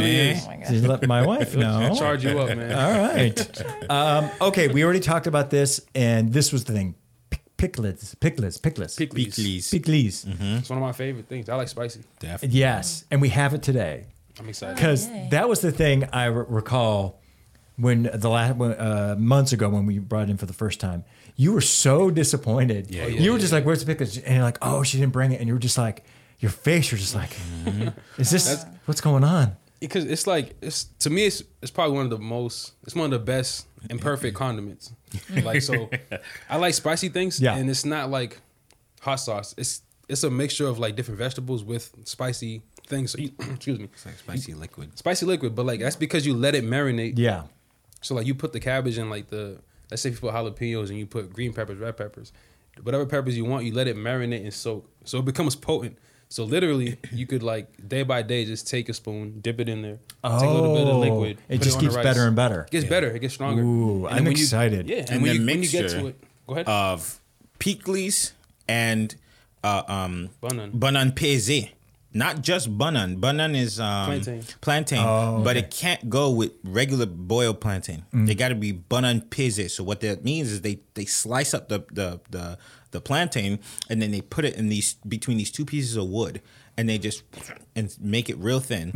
my Did god. you let my wife know? charge you up, man. All right. Um, okay, we already talked about this, and this was the thing: Pic- picklets, picklets, picklets, Pickles. Pickles. picklets. It's one of my favorite things. I like spicy. Definitely. Yes, and we have it today. I'm excited. because Yay. that was the thing I r- recall when the last when, uh, months ago when we brought it in for the first time. You were so disappointed. Yeah, you yeah, were just like, "Where's the pickles?" And you're like, Mm-hmm. "Oh, she didn't bring it." And you were just like, your face, you're just like, "Is this what's going on?" because it's like it's to me it's it's probably one of the most it's one of the best and Mm-hmm. perfect condiments. Like so, I like spicy things, Yeah. and it's not like hot sauce. It's it's a mixture of like different vegetables with spicy things. So you, excuse me, It's like spicy liquid. spicy liquid, but like that's because you let it marinate. Yeah. So like you put the cabbage in like the let's say if you put jalapenos and you put green peppers, red peppers, whatever peppers you want, you let it marinate and soak. So it becomes potent. So literally you could like day by day just take a spoon, dip it in there, take a little bit Oh, of liquid. it put just on the keeps rice. better and better. It gets better, it gets stronger. Ooh, And then I'm when you- excited. yeah, and, And when, the you, when you get mixture Uh, to it, go ahead. Of pickles and uh, um, Banan. banan peze. Not just banan. Banan is um, Plantain. plantain, but it can't go with regular boiled plantain. They got to be banan peze. So what that means is they they slice up the the the the plantain and then they put it in these between these two pieces of wood and they just and make it real thin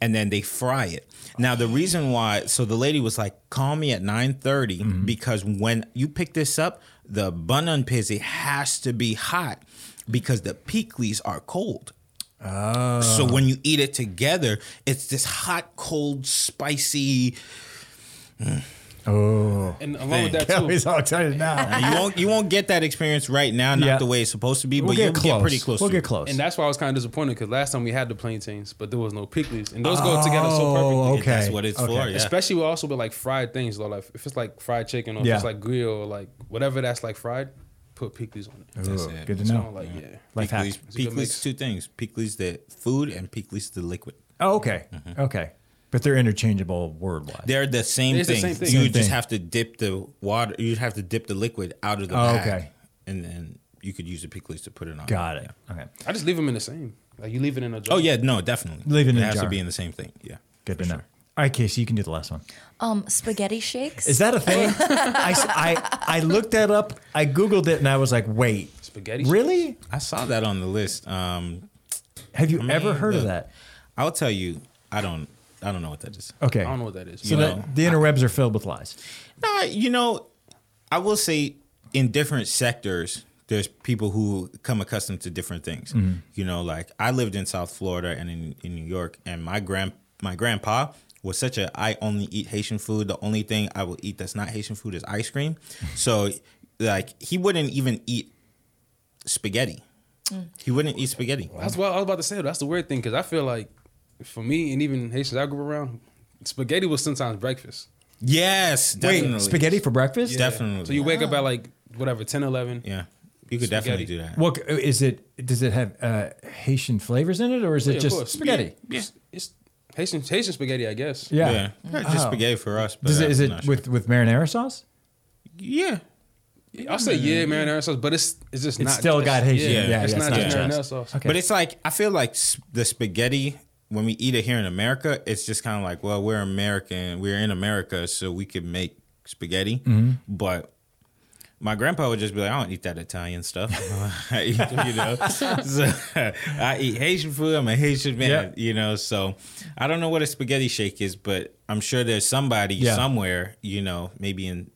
and then they fry it now the reason why so the lady was like call me at 9.30 because when you pick this up the banan pizzi has to be hot because the pickles are cold Uh-huh. so when you eat it together it's this hot cold spicy and along with that too, Kelly's all excited now. you won't you won't get that experience right now not Ah. Yeah. the way it's supposed to be but we'll you'll get close. get pretty close We'll to get it. close. and that's why I was kind of disappointed because last time we had the plantains, but there was no pickles, and those go together so perfectly. Oh, okay. that's what it's okay. for yeah. Especially with also with like fried things though, like if it's like fried chicken or Yeah. if it's like grill or like whatever that's like fried, put pickles on it. Ooh, That's it. Good to So know. I'm like yeah, Life Pickles, hack. a good pickles mix. two things. Pickles the food and pickles the liquid. Oh, okay. Mm-hmm. Okay. But they're interchangeable word wise. They're the same, It's the thing. same thing. You Same just thing. have to dip the water. You have to dip the liquid out of the Oh, bag, okay. and then you could use the pickles to put it on. Got it. Okay. I just leave them in the same. Like you leave it in a jar. Oh yeah, no, definitely. Leave it in a has jar. to be in the same thing. Yeah. Good to know. All right, Casey, you can do the last one. Um, spaghetti shakes. Is that a thing? I, s- I- I looked that up. I Googled it and I was like, wait, Spaghetti really? I saw that on the list. Um, Have Mm-hmm. you ever Man, heard of the- that? I'll tell you. I don't. I don't know what that is. Okay. I don't know what that is. So You that, know, the interwebs are filled with lies. Nah, you know, I will say in different sectors, there's people who come accustomed to different things. Mm-hmm. You know, like I lived in South Florida and in, in New York, and my grand my grandpa was such a I only eat Haitian food. The only thing I will eat that's not Haitian food is ice cream. so, like he wouldn't even eat spaghetti. He wouldn't eat spaghetti. That's what I was about to say. That's the weird thing because I feel like for me and even Haitians I grew up around, spaghetti was sometimes breakfast. Yes, definitely. Spaghetti for breakfast? Yeah. Definitely. So you wake up at like whatever 10, 11. Yeah, you could definitely Spaghetti. do that. What is it? Does it have uh, Haitian flavors in it, or is it of just course. spaghetti? Yeah. It's, it's Haitian Haitian spaghetti, I guess. Yeah. Yeah, just Oh. spaghetti for us. But Does I'm it, is it not sure. with with marinara sauce? Yeah. I'll say yeah, marinara sauce, but it's it's just It's not. still just- got Haitian- Yeah, yeah, it's, yeah, not, it's just not marinara just- sauce. Okay. But it's like I feel like s- the spaghetti when we eat it here in America, it's just kind of like, well, we're American, we're in America, so we could make spaghetti. Mm-hmm. But my grandpa would just be like, I don't eat that Italian stuff. you know, so, I eat Haitian food. I'm a Haitian man. Yep. You know, so I don't know what a spaghetti shake is, but I'm sure there's somebody Yeah. somewhere. You know, maybe in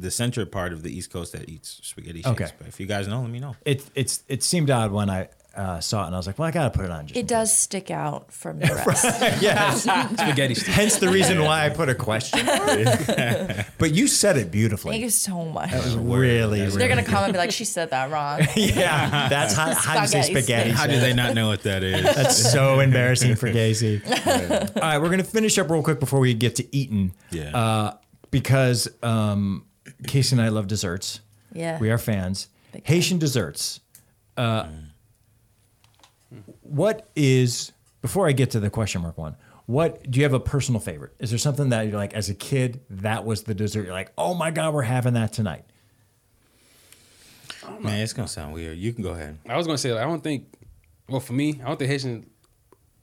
the center part of the East Coast that eats spaghetti shakes. Okay. But if you guys know, let me know. It it's it seemed odd when I uh, saw it, and I was like, well, I gotta put it on. Just It does stick out from the rest. yes. Spaghetti. stick. Hence the reason why I put a question. but you said it Thank beautifully. you so much. Really, really. They're gonna come and be like, "She said that wrong." yeah, that's how, how you say Spaghetti. spaghetti. How do they not know what that is? That's so embarrassing for Gacy. All right, we're gonna finish up real quick before we get to eating. Yeah. Uh, because um, Casey and I love desserts. Yeah. We are fans. Big fan. Haitian desserts. Uh, what is before I get to the question mark one? What do you have a personal favorite? Is there something that you're like as a kid that was the dessert? You're like, oh my god, we're having that tonight. Man, it's gonna sound weird. You can go ahead. I was gonna say like, I don't think. Well, for me, I don't think Haitian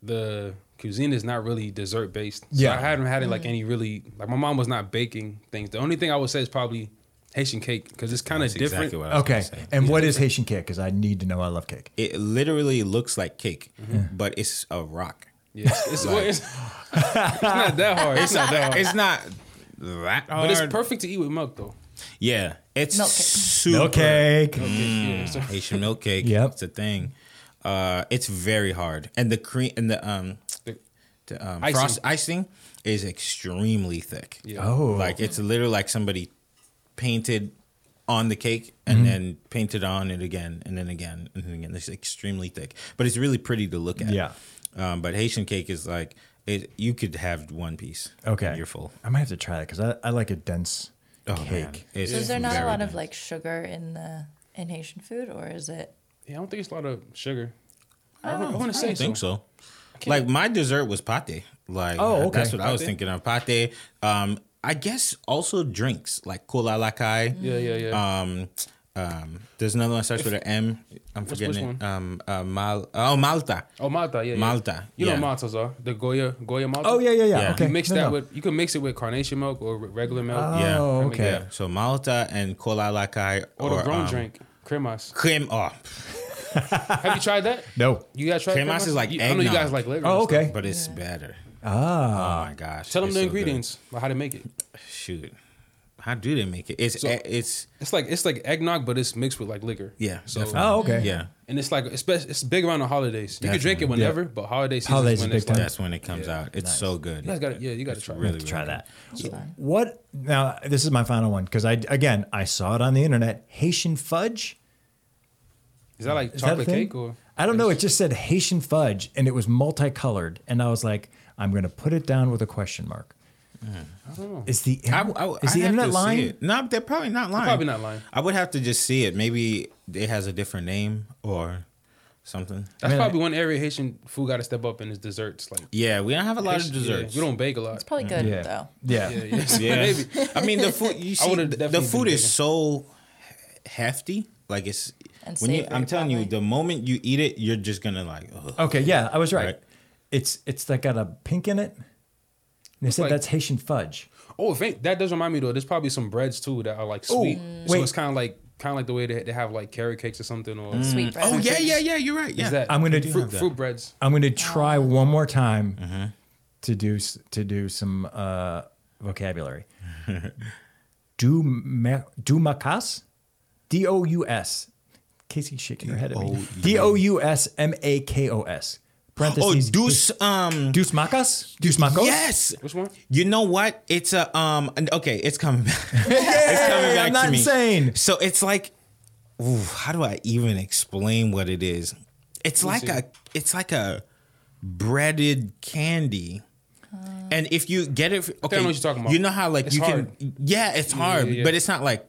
the cuisine is not really dessert based. So Yeah. I haven't had it like any really like my mom was not baking things. The only thing I would say is probably Haitian cake because it's kind of That's different. exactly what I was Okay, gonna say. and what is Haitian cake? Because I need to know. I love cake. It literally looks like cake, but it's a rock. yeah, it's, it's, well, it's, it's not that hard. It's not that hard. It's not that hard. but it's perfect to eat with milk though. Yeah, it's Milk cake. super Milk cake. Yeah, so- Mm, Haitian milk cake. Yep. it's a thing. Uh, it's very hard, and the cream and the um, The- to, um, Icing. frost icing is extremely thick. Yeah. Oh. like it's literally like somebody painted on the cake and Mm-hmm. then painted on it again and then again and then again. It's extremely thick, but it's really pretty to look at. Yeah. Um, but Haitian cake is like it. You could have one piece. and Okay. you're full. I might have to try that because I, I like a dense Oh, cake. man. It's So is there not a very lot of dense. like sugar in the in Haitian food, or is it? Yeah, I don't think it's a lot of sugar. I, would- I want to I say don't think so. so. Like my dessert was pate. Like Oh, okay. that's what I was Pate? thinking of pate. Um, I guess also drinks like cola lakai. Yeah, yeah, yeah. Uh, Um, um, there's another one that starts with an M. I'm forgetting which it. Um, uh, Mal. Oh, Malta. oh, Malta, yeah, yeah. Malta, You know yeah. what Maltas are the Goya Goya Malta. Oh yeah, yeah, yeah. Yeah. Okay, You mix No, that no. with you can mix it with carnation milk or with regular milk. Yeah. Oh, I mean, okay. Yeah. So Malta and cola lakai Or the grown um, drink, cremas. Creme. Oh, Have you tried that? No. You guys tried Cremas cremas? is like you, I know you eggnog. guys like liquor. Oh, and stuff. okay. but it's better. Ah. oh my gosh. Tell them it's the so good. ingredients, like how to make it. Shoot. How do they make it? It's eh, So- it's It's like it's like eggnog, but it's mixed with like liquor. yeah. So definitely. Oh, okay. yeah. and it's like it's best, it's big around the holidays. You can drink it Definitely. whenever, but holiday season Holidays is when is it's big time. like That's when it comes out. It's so good. you guys got yeah, you got to try. it. really, Try really that. fine. What now? This is my final one because I again I saw it on the internet. Haitian fudge. Is that like Is that a chocolate thing? cake or I don't know. It just said Haitian fudge and it was multicolored, and I was like, I'm going to put it down with a question mark. Mm. Is the I, inter- I, is I the have internet to see lying? it. No, they're probably not lying. probably not lying. I would have to just see it. Maybe it has a different name or something. That's mean, probably one area Haitian food got to step up in is desserts. Like Yeah, we don't have a lot of Haitian- desserts. yeah, we don't bake a lot. It's probably good Yeah. Mm. though. Yeah. yeah, yeah. Yeah, I mean the food. You see, would've the, the definitely food been is bigger. so he- hefty. Like it's And when you. savory, I'm telling you, probably. the moment you eat it, you're just gonna like. Ugh. Okay. Yeah, I was right. Right. It's it's that got a pink in it. And they said like- that's Haitian fudge. Oh, if ain't, that does remind me though. There's probably some breads too that are like sweet. so wait. it's kind of like kind of like the way they, they have like carrot cakes or something. Or Sweet bread. Oh yeah, yeah, yeah. You're right. Yeah. Is that I'm gonna do fruit, have that. fruit breads? I'm going to try one more time to do s- to do some uh, vocabulary. do me, do macas, d o u s. Casey shaking her head at me. D o u s m a k o s. oh, Parentheses. deuce. Um. Deuce macas. Deuce macos. Yes. Which one? You know what? It's a um. and- Okay, it's coming back. it's coming back I'm not to me. insane. So it's like, ooh, how do I even explain what it is? It's like a. It's like a breaded candy. And if you get it, okay, I know what you're talking about. You know how like It's you hard. can, yeah, it's hard, yeah, yeah. but it's not like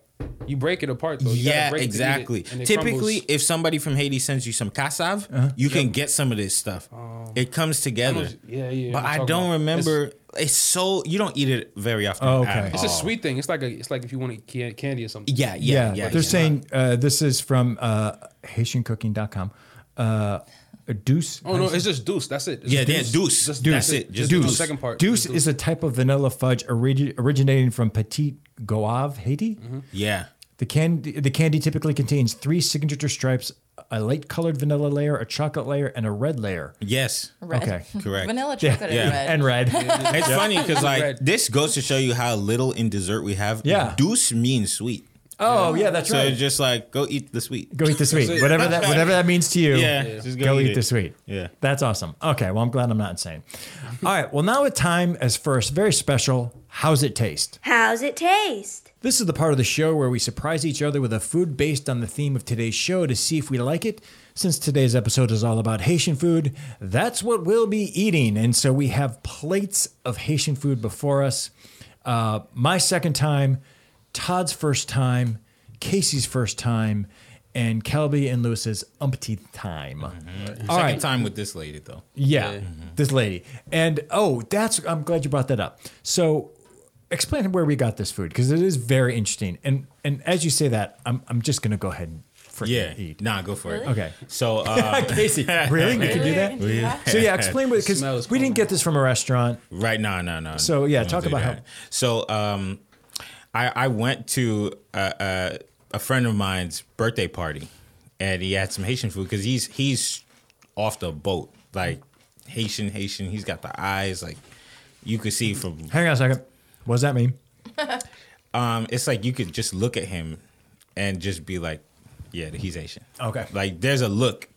You break it apart though. You gotta yeah, break it to eat it, exactly. and it Typically, crumbles. Uh-huh. if somebody from Haiti sends you some cassav, you can get some of this stuff. it comes together. Um, yeah, yeah, But I'm I talking don't about- Oh, remember. It's, so you don't eat it very often. Okay. at it's a all. sweet thing. It's like a it's like if you want to eat can- candy or something. oh. Yeah, Yeah, yeah, yeah. they're yeah. saying uh, this is from uh, HaitianCooking.com. Uh, deuce. Oh no, it's just deuce. That's it. It's Yeah, just yeah, deuce. Just, Deuce. That's it. Just Deuce. the second part. Deuce Just is a type of vanilla fudge origi- originating from Petite Goave, Haiti. Mm-hmm. yeah. The candy, the candy typically contains three signature stripes: a light-colored vanilla layer, a chocolate layer, and a red layer. Yes. Red. Okay. Correct. Vanilla chocolate yeah. and red. And red. It's funny because like Red. this goes to show you how little in dessert we have. Yeah. Deuce means sweet. oh yeah, that's So right. it's just like go eat the sweet. go eat the sweet, it. whatever that whatever that means to you. Yeah, Yeah. just go, go eat, eat the it. sweet. Yeah. that's awesome. Okay, well I'm glad I'm not insane. All right, well now with time as first, very special. How's it taste? How's it taste? This is the part of the show where we surprise each other with a food based on the theme of today's show to see if we like it. Since today's episode is all about Haitian food, that's what we'll be eating. And so we have plates of Haitian food before us. Uh, my second time, Todd's first time, Casey's first time, and Kelby and Lewis's umpteenth time. All Second right. time with this lady though. Yeah, Mm-hmm. this lady. And oh, that's I'm glad you brought that up. So explain where we got this food because it is very interesting. And and as you say that, I'm I'm just gonna go ahead and freaking Yeah. eat. Nah, go for it. Okay. So uh, Casey, really? We could do that? Really? Yeah. So yeah, explain what because Smells we didn't cool. get this from a restaurant. Right. No. No. No. So, yeah, Don't talk do about that. how- So um, I I went to a, a, a friend of mine's birthday party, and he had some Haitian food because he's he's off the boat like Haitian Haitian. He's got the eyes like you could see from Hang on a second. What does that mean? um. It's like you could just look at him and just be like, yeah, he's Haitian. Okay. Like there's a look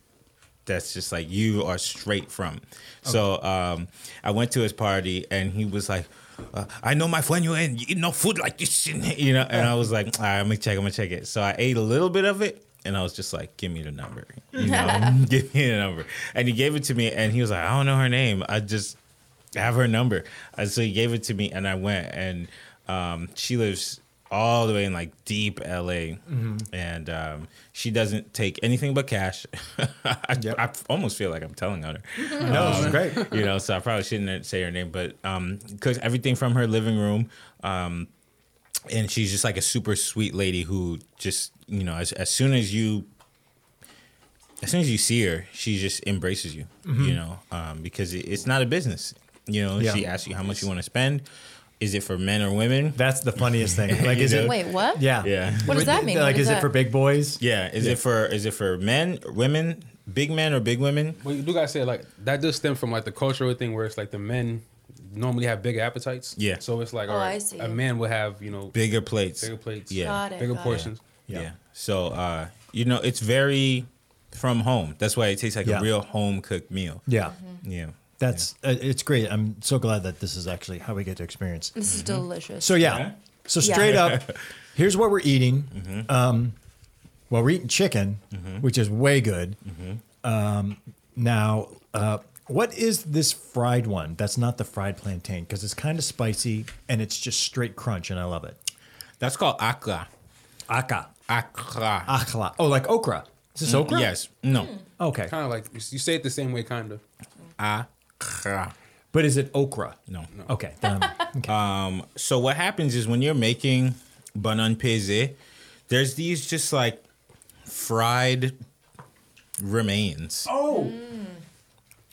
that's just like you are straight from. So um, I went to his party and he was like, uh, I know my friend you and you eat no food like this, you know. And I was like, All right, I'm gonna check, I'm gonna check it. So I ate a little bit of it. And I was just like, give me the number, you know, give me the number. And he gave it to me, and he was like, I don't know her name. I just have her number. And so he gave it to me, and I went. And um, she lives all the way in like deep LA, and um, she doesn't take anything but cash. I, I almost feel like I'm telling on her. No, it's great. you know, so I probably shouldn't say her name, but um, cooks everything from her living room. Um, and she's just like a super sweet lady who just, you know, as, as soon as you as soon as you see her, she just embraces you, you know, um, because it, it's not a business. You know, Yeah. she asks you how much you want to spend. Is it for men or women? That's the funniest thing. Like, is it? Wait, what? Yeah. Yeah. What does that mean? Like, What is is it for that? big boys? Yeah. Is it for is it for men, women, big men or big women? Well, you do gotta say like that does stem from like the cultural thing where it's like the men normally have bigger appetites. Yeah. So it's like Oh, all right, I see. a man will have you know Bigger plates. bigger plates. Yeah. Got it, Bigger got it. portions. Yeah. Yeah. So uh, you know, it's very from home. That's why it tastes like Yeah. a real home cooked meal. Yeah. Mm-hmm. Yeah. That's uh, it's great. I'm so glad that this is actually how we get to experience. This is delicious. So yeah. Yeah? So Yeah. straight up, here's what we're eating. Um, well, we're eating chicken, which is way good. Um, now, uh, what is this fried one? That's not the fried plantain because it's kind of spicy and it's just straight crunch, and I love it. That's called akra. Aka, Akra. akla. Oh, like okra. Is this okra? Yes. No. Okay. Kind of like you you say it the same way, kind of. Akra. But is it okra? No. Okay. Then I'm- okay. So what happens is when you're making banan peze, there's these just like fried remains. oh,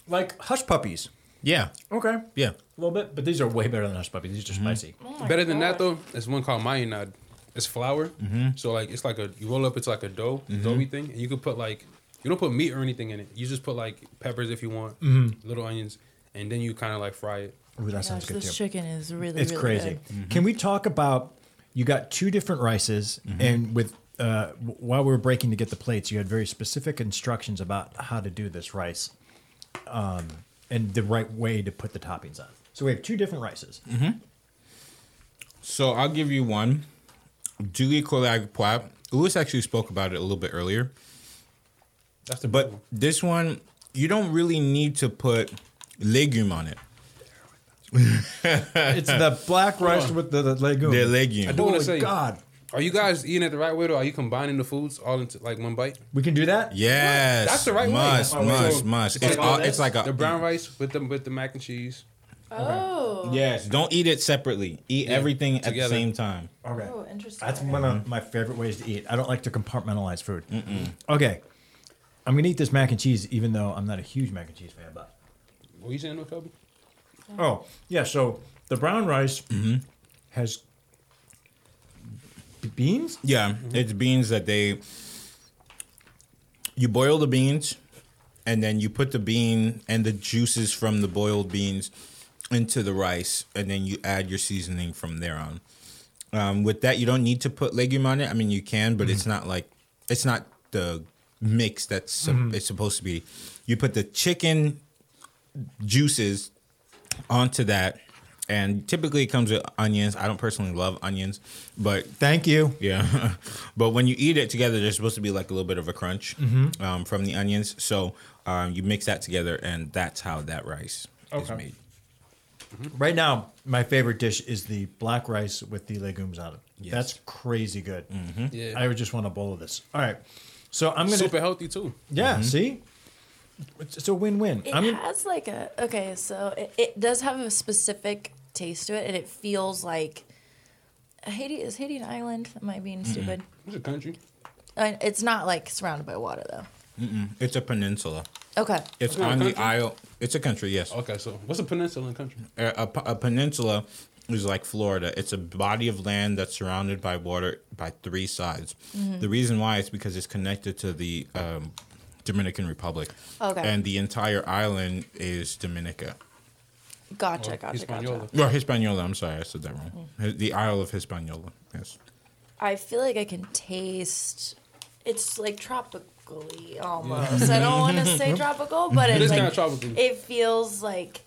like hush puppies. Yeah. Okay. A Yeah. little bit, but these are way better than hush puppies. These are spicy. Better than that though, it's one called mayonnaise. It's flour. So like it's like a you roll up into like a dough, doughy thing, and you could put like you don't put meat or anything in it. You just put like peppers if you want, little onions, and then you kind of like fry it. Ooh, that Gosh, sounds good this too. chicken is really, it's really crazy. good. Can we talk about? You got two different rices, and with uh, w- while we were breaking to get the plates, you had very specific instructions about how to do this rice, um, and the right way to put the toppings on. So we have two different rices. So I'll give you one. Julie Kolagpwap. Lewis actually spoke about it a little bit earlier. That's the But this one, you don't really need to put legume on it. it's the black rice with the, the legume. The legume. I do want Holy to say, God, are you guys eating it the right way? Or are you combining the foods all into like one bite? we can do that. Yes. That's the right way. must, Oh, wait, Must, so must, it's It's, like all, this? it's like a. e- the brown rice with the with the mac and cheese. Oh. Yes. Don't eat it separately. Eat everything at the together. same time. Okay. Oh, interesting. That's one of my favorite ways to eat. I don't like to compartmentalize food. Okay, I'm gonna eat this mac and cheese, even though I'm not a huge mac and cheese fan, but. What you saying, no, Kobe? Oh, yeah. So the brown rice has b- beans. Yeah. It's beans that they. You boil the beans, and then you put the bean and the juices from the boiled beans into the rice, and then you add your seasoning from there on. Um, with that, you don't need to put legume on it. I mean, you can, but it's not like it's not the mix that's sup- it's supposed to be. You put the chicken juices onto that, and typically it comes with onions. I don't personally love onions, but Thank you. yeah, but when you eat it together, there's supposed to be like a little bit of a crunch um, from the onions. So um, you mix that together, and that's how that rice is Okay. made. Right now, my favorite dish is the black rice with the legumes on it. Yes. That's crazy good. Yeah. I would just want a bowl of this. All right. So I'm gonna. Super healthy too. Yeah. See, it's, it's a win-win. It I mean, has like a okay, so it, it does have a specific taste to it, and it feels like uh, Haiti is Haiti an island? Am I Mm-hmm. being stupid? It's a country. I, it's not like surrounded by water though. It's a peninsula. Okay, It's that a on the country? Oh. Isle. It's a country. Yes, Okay, so what's a peninsula in country? a, a p- a peninsula is like Florida. It's a body of land that's surrounded by water by three sides. The reason why is because it's connected to the um, Dominican Republic. Okay. And the entire island is Dominica. gotcha, Or gotcha, Hispaniola. gotcha. Or Hispaniola. I'm sorry, I said that wrong. The Isle of Hispaniola. Yes. I feel like I can taste. It's like tropic tropically almost. I don't want to say tropical, but it's is like kinda tropical. it feels like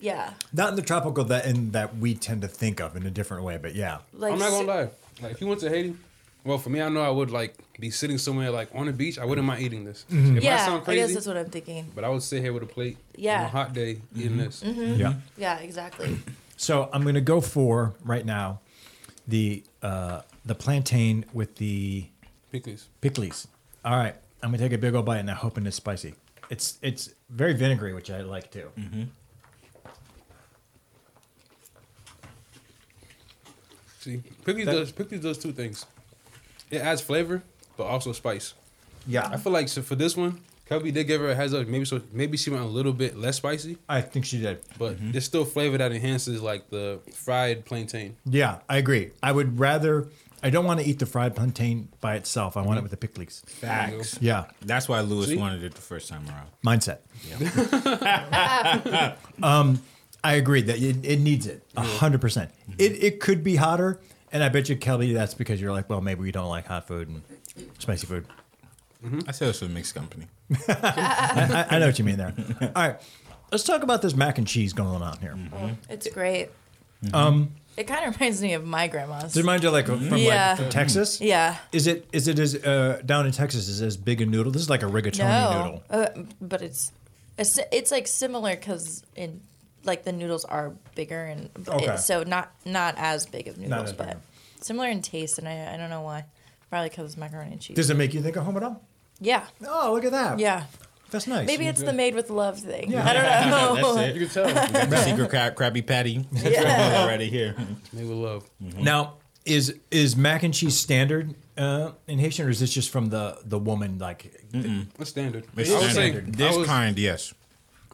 yeah, Not in the tropical that in that we tend to think of in a different way, but yeah. like I'm not si- gonna lie. Like if you went to Haiti, well, for me, I know I would like be sitting somewhere like on the beach. I wouldn't mind eating this. Mm-hmm. It might Yeah, sound I guess crazy, that's what I'm thinking. but I would sit here with a plate. on Yeah. Mm-hmm. a hot day eating Mm-hmm. this. Yeah. Yeah, exactly. So I'm going to go for right now the uh, the plantain with the Pickles. pickles. All right, I'm gonna take a big old bite and I'm hoping it's spicy. It's it's very vinegary, which I like too. See, pickles That- does pickles does two things. It adds flavor, but also spice. I Yeah, feel like so for this one, Kelby did give her a heads up. Maybe so. Maybe she went a little bit less spicy, I think she did. but Mm-hmm. there's still flavor that enhances like the fried plantain. Yeah, I agree. I would rather. I don't want to eat the fried plantain by itself. I want it with the pickles. Facts. Yeah, That's why Lewis See? wanted it the first time around. mindset. um, I agree that it, it needs it hundred percent. It it could be hotter, and I bet you, Kelly, that's because you're like, well, maybe we don't like hot food and spicy food. Hmm? I said this with mixed company. I, I know what you mean there. All right, let's talk about this mac and cheese going on here. It's great. Um, It kind of reminds me of my grandma's. Does it remind you like from Mm-hmm. Yeah. like Mm-hmm. from Texas? yeah. Is it is it as uh, down in Texas is it as big a noodle? This is like a rigatoni No, noodle. uh, but it's it's it's like similar because in like the noodles are bigger and but it- Okay. so not not as big of noodles, as but big. similar in taste, and I I don't know why. Probably because macaroni and cheese. Does it make you think of home at all? yeah, Oh, look at that. yeah. that's nice. Maybe it's the made with love thing. Yeah. I don't know. That's it. You can tell. The secret crab, Krabby Patty. Yeah. Already here. They would love. Mm-hmm. now is is mac and cheese standard uh, in Haitian, or is this just from the the woman? Like, That's standard. It's I would say standard. I this was- kind, yes.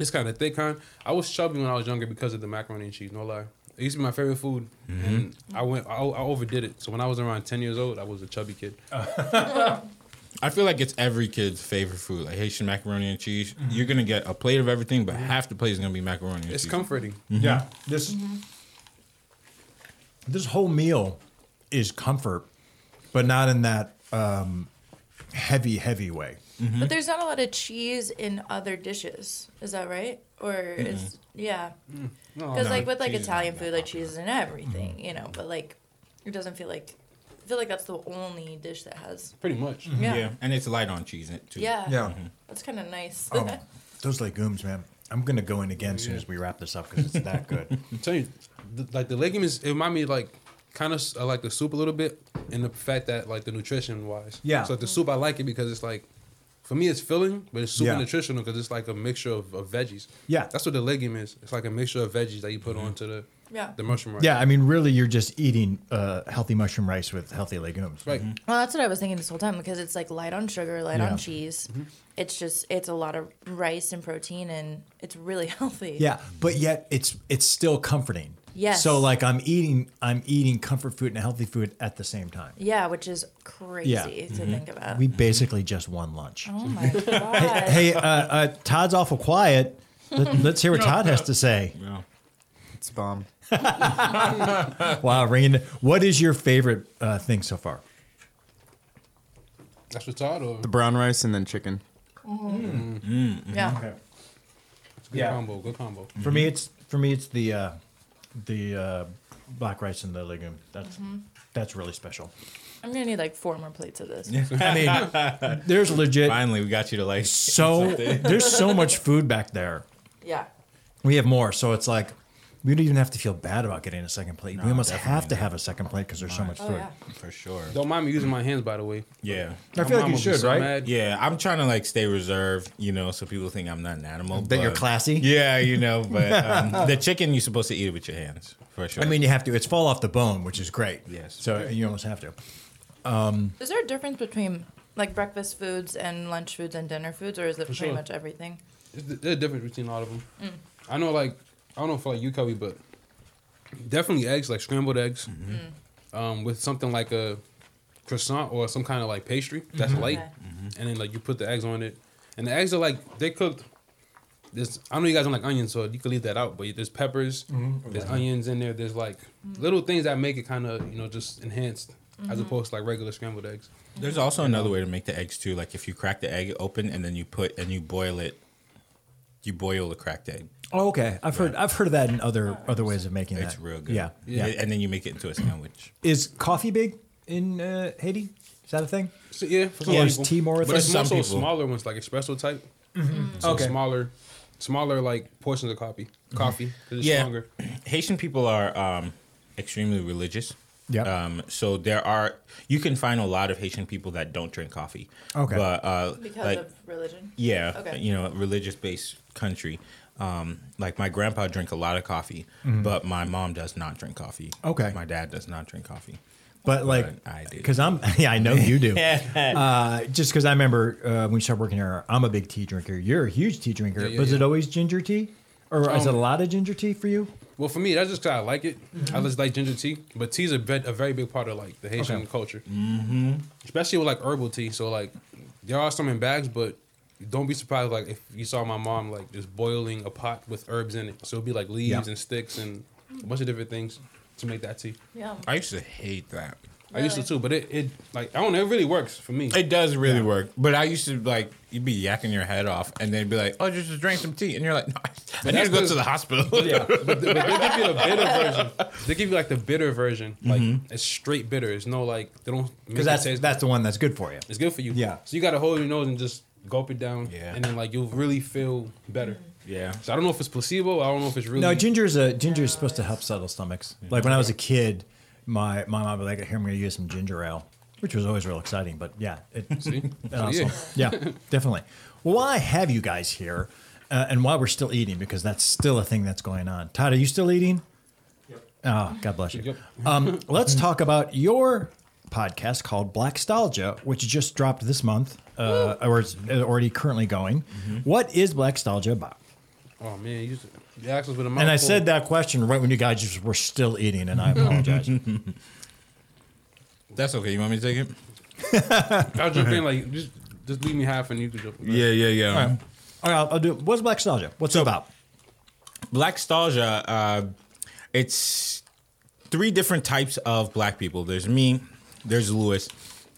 It's kind of thick kind. I was chubby when I was younger because of the macaroni and cheese. No lie, it used to be my favorite food, Mm-hmm. and I went, I, I overdid it. So when I was around ten years old, I was a chubby kid. Ah, I feel like it's every kid's favorite food, like Haitian macaroni and cheese. You're gonna get a plate of everything, but half the plate is gonna be macaroni and Mm-hmm. It's cheese. comforting. yeah, this Mm-hmm. this whole meal is comfort, but not in that um, heavy heavy way. But there's not a lot of cheese in other dishes. Is that right? Or is yeah? Oh, No, Because like with like cheese is not Italian that food, like popular. cheese is in everything, you know. But like, it doesn't feel like. I feel like that's the only dish that has. pretty much. Mm-hmm. Yeah. yeah, Yeah. and it's light on cheese too. That's kind of nice. Oh, those legumes, man. I'm gonna go in again as soon as we wrap this up because it's that good. I'm telling you, the, like the legumes, it remind me like kind of uh, like the soup a little bit, in the fact that like the nutrition wise. Yeah. So the soup, I like it because it's like, for me, it's filling, but it's super Yeah. nutritional because it's like a mixture of, of veggies. Yeah. Mm-hmm. That's what the legume is. It's like a mixture of veggies that you put onto the Yeah. the mushroom. rice. yeah, I mean, really, you're just eating uh, healthy mushroom rice with healthy legumes. Right. Well, that's what I was thinking this whole time because it's like light on sugar, light Yeah. on cheese. It's just it's a lot of rice and protein, and it's really healthy. Yeah, but yet it's it's still comforting. Yes. So like I'm eating I'm eating comfort food and healthy food at the same time. Yeah, which is crazy to think about. We basically just won lunch. oh my god. Hey, uh, uh, Todd's awful quiet. Let, let's hear what Todd has to say. Yeah. It's bomb. Wow, ringing. What is your favorite uh, thing so far? That's what's hard. Or The brown rice and then chicken. yeah. Mm-hmm. good Yeah. combo. Good combo. For me, it's for me it's the uh, the uh, black rice and the legume. That's Mm-hmm. that's really special. I'm gonna need like four more plates of this. I mean, there's legit Finally, we got you to like. so there's so much food back there. Yeah. We have more, so it's like we don't even have to feel bad about getting a second plate. we almost definitely have to have a second plate because there's so much Oh food. yeah. For sure. Don't mind me using my hands, by the way. Yeah. I feel My like you mom would be should, so right? mad. Yeah, I'm trying to like stay reserved, you know, so people think I'm not an animal. That you're but- classy? Yeah, you know, but um, the chicken you're supposed to eat it with your hands for sure. I mean, you have to. It's fall off the bone, which is great. Yes. So you almost have to. Is there a difference between like breakfast foods and lunch foods and dinner foods, or is it pretty sure. much everything? It's- There's a difference between all of them. I know, like, I don't know if like you, Kobe, but definitely eggs, like scrambled eggs, um, with something like a croissant or some kind of like pastry that's light, Okay. Mm-hmm. and then like you put the eggs on it, and the eggs are like they cooked. There's, I know you guys don't like onions, so you can leave that out. But there's Mm-hmm. peppers, there's onions in there. There's like little things that make it kind of you know just enhanced. as opposed to like regular scrambled eggs. There's also another way to make the eggs too. Like if you crack the egg open and then you put and you boil it, you boil the cracked egg. Oh, okay, I've heard I've heard of that in other other ways of making that. It's real good. Yeah, yeah. And then you make it into a sandwich. Is coffee big in uh, Haiti? Is that a thing? So, yeah, for some Yeah, people. is tea more a but it's thing? more Some so people. smaller ones like espresso type. So Okay. smaller, smaller like portions of coffee. Coffee 'cause it's Yeah. stronger. Haitian people are um, extremely religious. Yeah. Um, so there are you can find a lot of Haitian people that don't drink coffee. Okay. But uh, because like- of religion. yeah, Okay. you know, religious based country. Um, like my grandpa drank a lot of coffee, but my mom does not drink coffee. Mm-hmm. Okay. My dad does not drink coffee. But like, I do. because I'm yeah, I know you do. uh, just because I remember uh, when we started working here, I'm a big tea drinker. You're a huge tea drinker. Yeah, yeah, Was it yeah. always ginger tea, or is it Um, a lot of ginger tea for you? Well, for me, that's just 'cause I like it. I just like ginger tea, but tea's a, ve- a very big part of like the Haitian Okay. culture, mm-hmm. especially with like herbal tea. So like, there are some in bags, but don't be surprised like if you saw my mom like just boiling a pot with herbs in it. So it'd be like leaves Yeah. and sticks and a bunch of different things to make that tea. Yeah. I used to hate that. I used to Really? too, but it, it like I don't know, it really works for me. It does really work, but I used to like you'd be yakking your head off, and they'd be like, "Oh, just, just drink some tea," and you're like, no, "I need that's to go the- to the hospital." yeah, but, but they give you the bitter version. They give you like the bitter version, like it's straight bitter. It's no like they don't make Because it Mm-hmm. that's taste- that's the one that's good for you. It's good for you. Yeah. So you gotta hold your nose and just gulp it down. Yeah. And then like you'll really feel better. Yeah. So I don't know if it's placebo. I don't know if it's really. Mm-hmm. No, ginger's a ginger is supposed to help settle stomachs. Like when I was a kid, my my mom would be like, "Here, I'm going to use some ginger ale," which was always real exciting. But yeah, it, See? And So, also- yeah. yeah. definitely. Well, while I have you guys here, uh, and while we're still eating, because that's still a thing that's going on. Todd, are you still eating? Oh, God bless you. Yep. Um, let's talk about your podcast called Black Stalgia, which just dropped this month, uh, or it's already currently going. Mm-hmm. What is Black Stalgia about? Oh man, you, just, you asked us with a mouthful. And I said that question right when you guys just were still eating, and I apologize. That's okay. You want me to take it? I was just being like, just just leave me half and you could jump. yeah, yeah. All right, I'll, I'll do. it. What's Black Stalgia? What's it about? Black Stalgia, uh, it's three different types of black people. There's me, there's Lewis,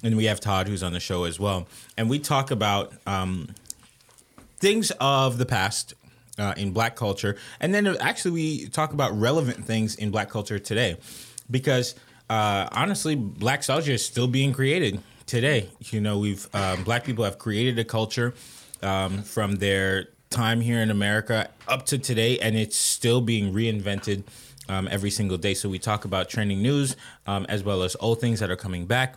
and we have Todd, who's on the show as well. And we talk about um, things of the past uh, in black culture. And then actually, we talk about relevant things in black culture today. Because uh, honestly, black nostalgia is still being created today. You know, we've, um, black people have created a culture um, from their time here in America up to today, and it's still being reinvented. Um, every single day. So, we talk about trending news um, as well as old things that are coming back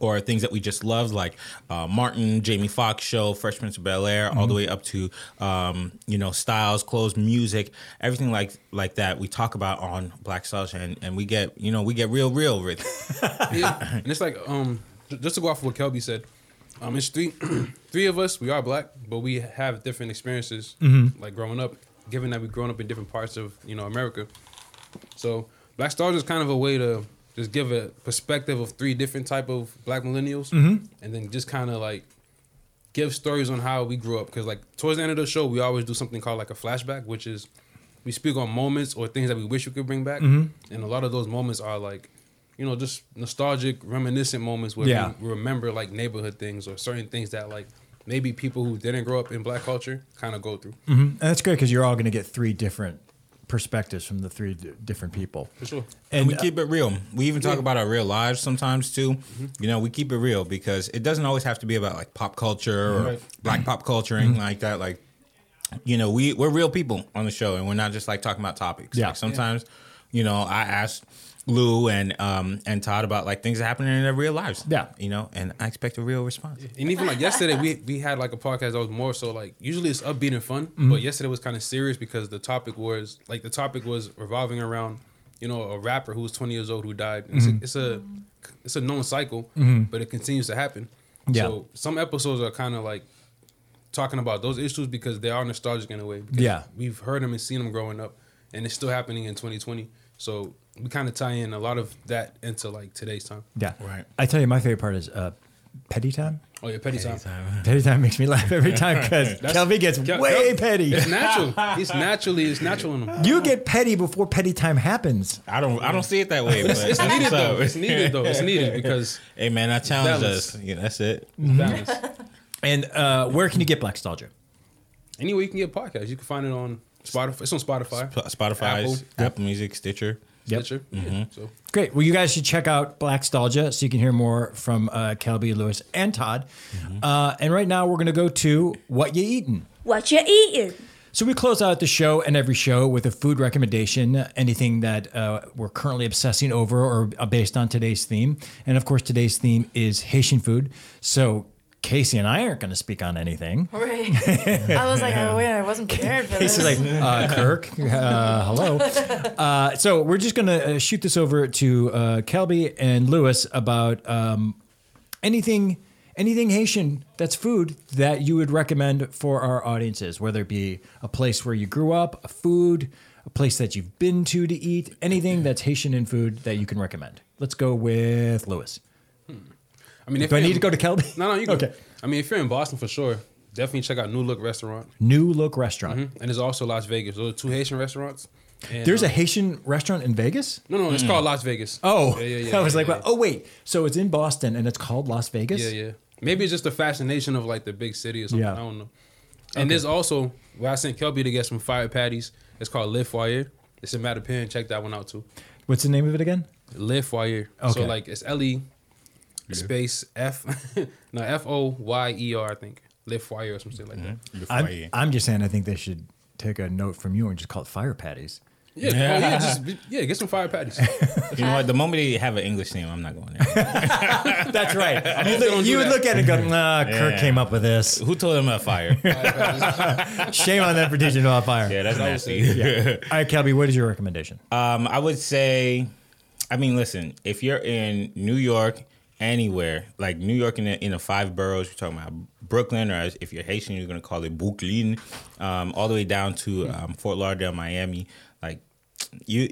or things that we just love, like uh, Martin, Jamie Foxx show, Fresh Prince of Bel Air, all the way up to um, you know styles, clothes, music, everything like like that. We talk about on Black Stalgia, and, and we get you know we get real real with. it. yeah. And it's like, um, j- just to go off of what Kelby said, um, it's three, three of us. We are black, but we have different experiences, like growing up. Given that we've grown up in different parts of you know America, so Black Stars is kind of a way to just give a perspective of three different type of black millennials, and then just kind of like give stories on how we grew up. Because like towards the end of the show, we always do something called like a flashback, which is we speak on moments or things that we wish we could bring back, and a lot of those moments are like. You know, just nostalgic, reminiscent moments where Yeah. we remember like neighborhood things or certain things that like maybe people who didn't grow up in black culture kind of go through. And that's great because you're all going to get three different perspectives from the three d- different people. For sure. And we uh, keep it real. We even talk about our real lives sometimes too. You know, we keep it real because it doesn't always have to be about like pop culture or Right. black pop culture and like that. Like, you know, we we're real people on the show, and we're not just like talking about topics. Yeah. Like, sometimes, you know, I asked Lou and um and Todd about like things happening in their real lives. Yeah. you know, and I expect a real response. And even like yesterday, we we had like a podcast that was more so like usually it's upbeat and fun, Mm-hmm. but yesterday was kind of serious because the topic was like the topic was revolving around you know a rapper who was 20 years old who died. It's, Mm-hmm. a, it's a it's a known cycle, but it continues to happen. Yeah. So some episodes are kind of like talking about those issues because they are nostalgic in a way. Because Yeah. we've heard them and seen them growing up, and it's still happening in 2020. So we kind of tie in a lot of that into like today's time. Yeah. Right. I tell you, my favorite part is uh, petty time. Oh, yeah, petty time. Petty time makes me laugh every time because That's- Kelvin gets Kel- way Kel- petty. It's natural. It's naturally, it's natural in them. You get petty before petty time happens. I don't. I don't see it that way. But It's needed so- though. It's needed though. It's needed because Hey man, I challenge Balance. us. Yeah, that's it. Mm-hmm. it's balance. And uh, where can you get Black Stalgia? Anywhere you can get podcasts, you can find it on Spotify. It's on Spotify, Sp- Spotify, Apple. Apple, Music, Stitcher. Stitcher. Yeah, Mm-hmm. so Great. Well, you guys should check out Black Stalgia so you can hear more from uh, Kelby, Lewis, and Todd. Uh, and right now, we're going to go to What You Eating. What you eating? So we close out the show and every show with a food recommendation, anything that uh, we're currently obsessing over or uh, based on today's theme. And of course, today's theme is Haitian food. So Casey and I aren't going to speak on anything. Right. I was like, oh, wait, I wasn't prepared for this. Casey's like, uh, Kirk, uh, hello. Uh, so we're just going to uh, shoot this over to uh, Kelby and Lewis about um, anything, anything Haitian that's food that you would recommend for our audiences, whether it be a place where you grew up, a food, a place that you've been to to eat, anything that's Haitian in food that you can recommend. Let's go with Lewis. I mean, if Do I you're need to in- go to Kelby? No, no, you go. Okay. I mean, if you're in Boston for sure, definitely check out New Look Restaurant, New Look Restaurant. and there's also Las Vegas. Those are two Haitian restaurants. And, Mm-hmm. There's a um, Haitian restaurant in Vegas? no, no. It's called Las Vegas. Oh, yeah, yeah, yeah. I was like, yeah, well, oh wait, so it's in Boston and it's called Las Vegas. yeah, yeah. Maybe it's just the fascination of like the big city or something. Yeah. I don't know. And there's also where I sent Kelby to get some fire patties. It's called Le Foyer. It's in Mattapan. Check that one out too. What's the name of it again? Le Foyer. Okay. So like it's L E space F no F O Y E R I think. Le Foyer or something like that. Mm-hmm. I'm, I'm just saying, I think they should take a note from you and just call it fire patties. Yeah, oh, yeah, just, yeah, get some fire patties. You know what? The moment they have an English name, I'm not going there. That's right. You, don't do would that. look at it and go, nah, Kirk Yeah. came up with this. Who told them about fire? Shame on them for teaching about fire. Yeah, that's nasty. All right, Kelby, what is your recommendation? Um, I would say, I mean, listen, if you're in New York, anywhere like New York in the, in the five boroughs, you're talking about Brooklyn, or if you're Haitian, you're gonna call it Brooklyn, um, all the way down to um, Fort Lauderdale, Miami, like. You,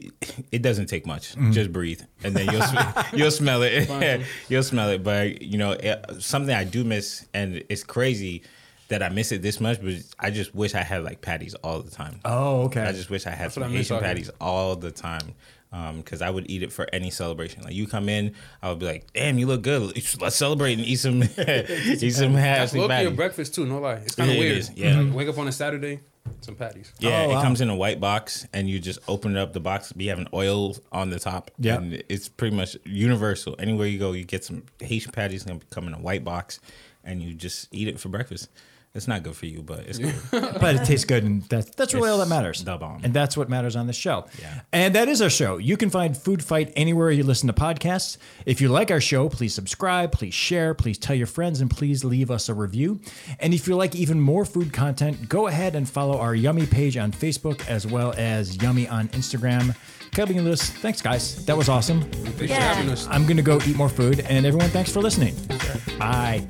it doesn't take much. Just breathe, and then you'll sm- you'll smell it. you'll smell it. But you know, it, something I do miss, and it's crazy that I miss it this much. But I just wish I had like patties all the time. Oh, okay. I just wish I had what some I miss Haitian out here. patties all the time. Um, cause I would eat it for any celebration. Like you come in, I would be like, "Damn, you look good. Let's celebrate and eat some, eat some hash Low key patties." your breakfast too, no lie. It's kind Yeah, of it weird. is, yeah. Like, wake up on a Saturday, some patties. yeah, Oh, it wow. comes in a white box, and you just open it up. The box be having oil on the top. Yeah. and it's pretty much universal. Anywhere you go, you get some Haitian patties. Gonna come in a white box, and you just eat it for breakfast. It's not good for you, but it's good. but it tastes good, and that's that's really all that It's matters. the bomb. and that's what matters on the show. Yeah. and that is our show. You can find Food Fight anywhere you listen to podcasts. If you like our show, please subscribe, please share, please tell your friends, and please leave us a review. And if you like even more food content, go ahead and follow our Yummy page on Facebook as well as Yummy on Instagram. Kelby and Lewis, thanks guys. That was awesome. Thanks Yeah. for having us. I'm gonna go eat more food, and everyone, thanks for listening. Bye.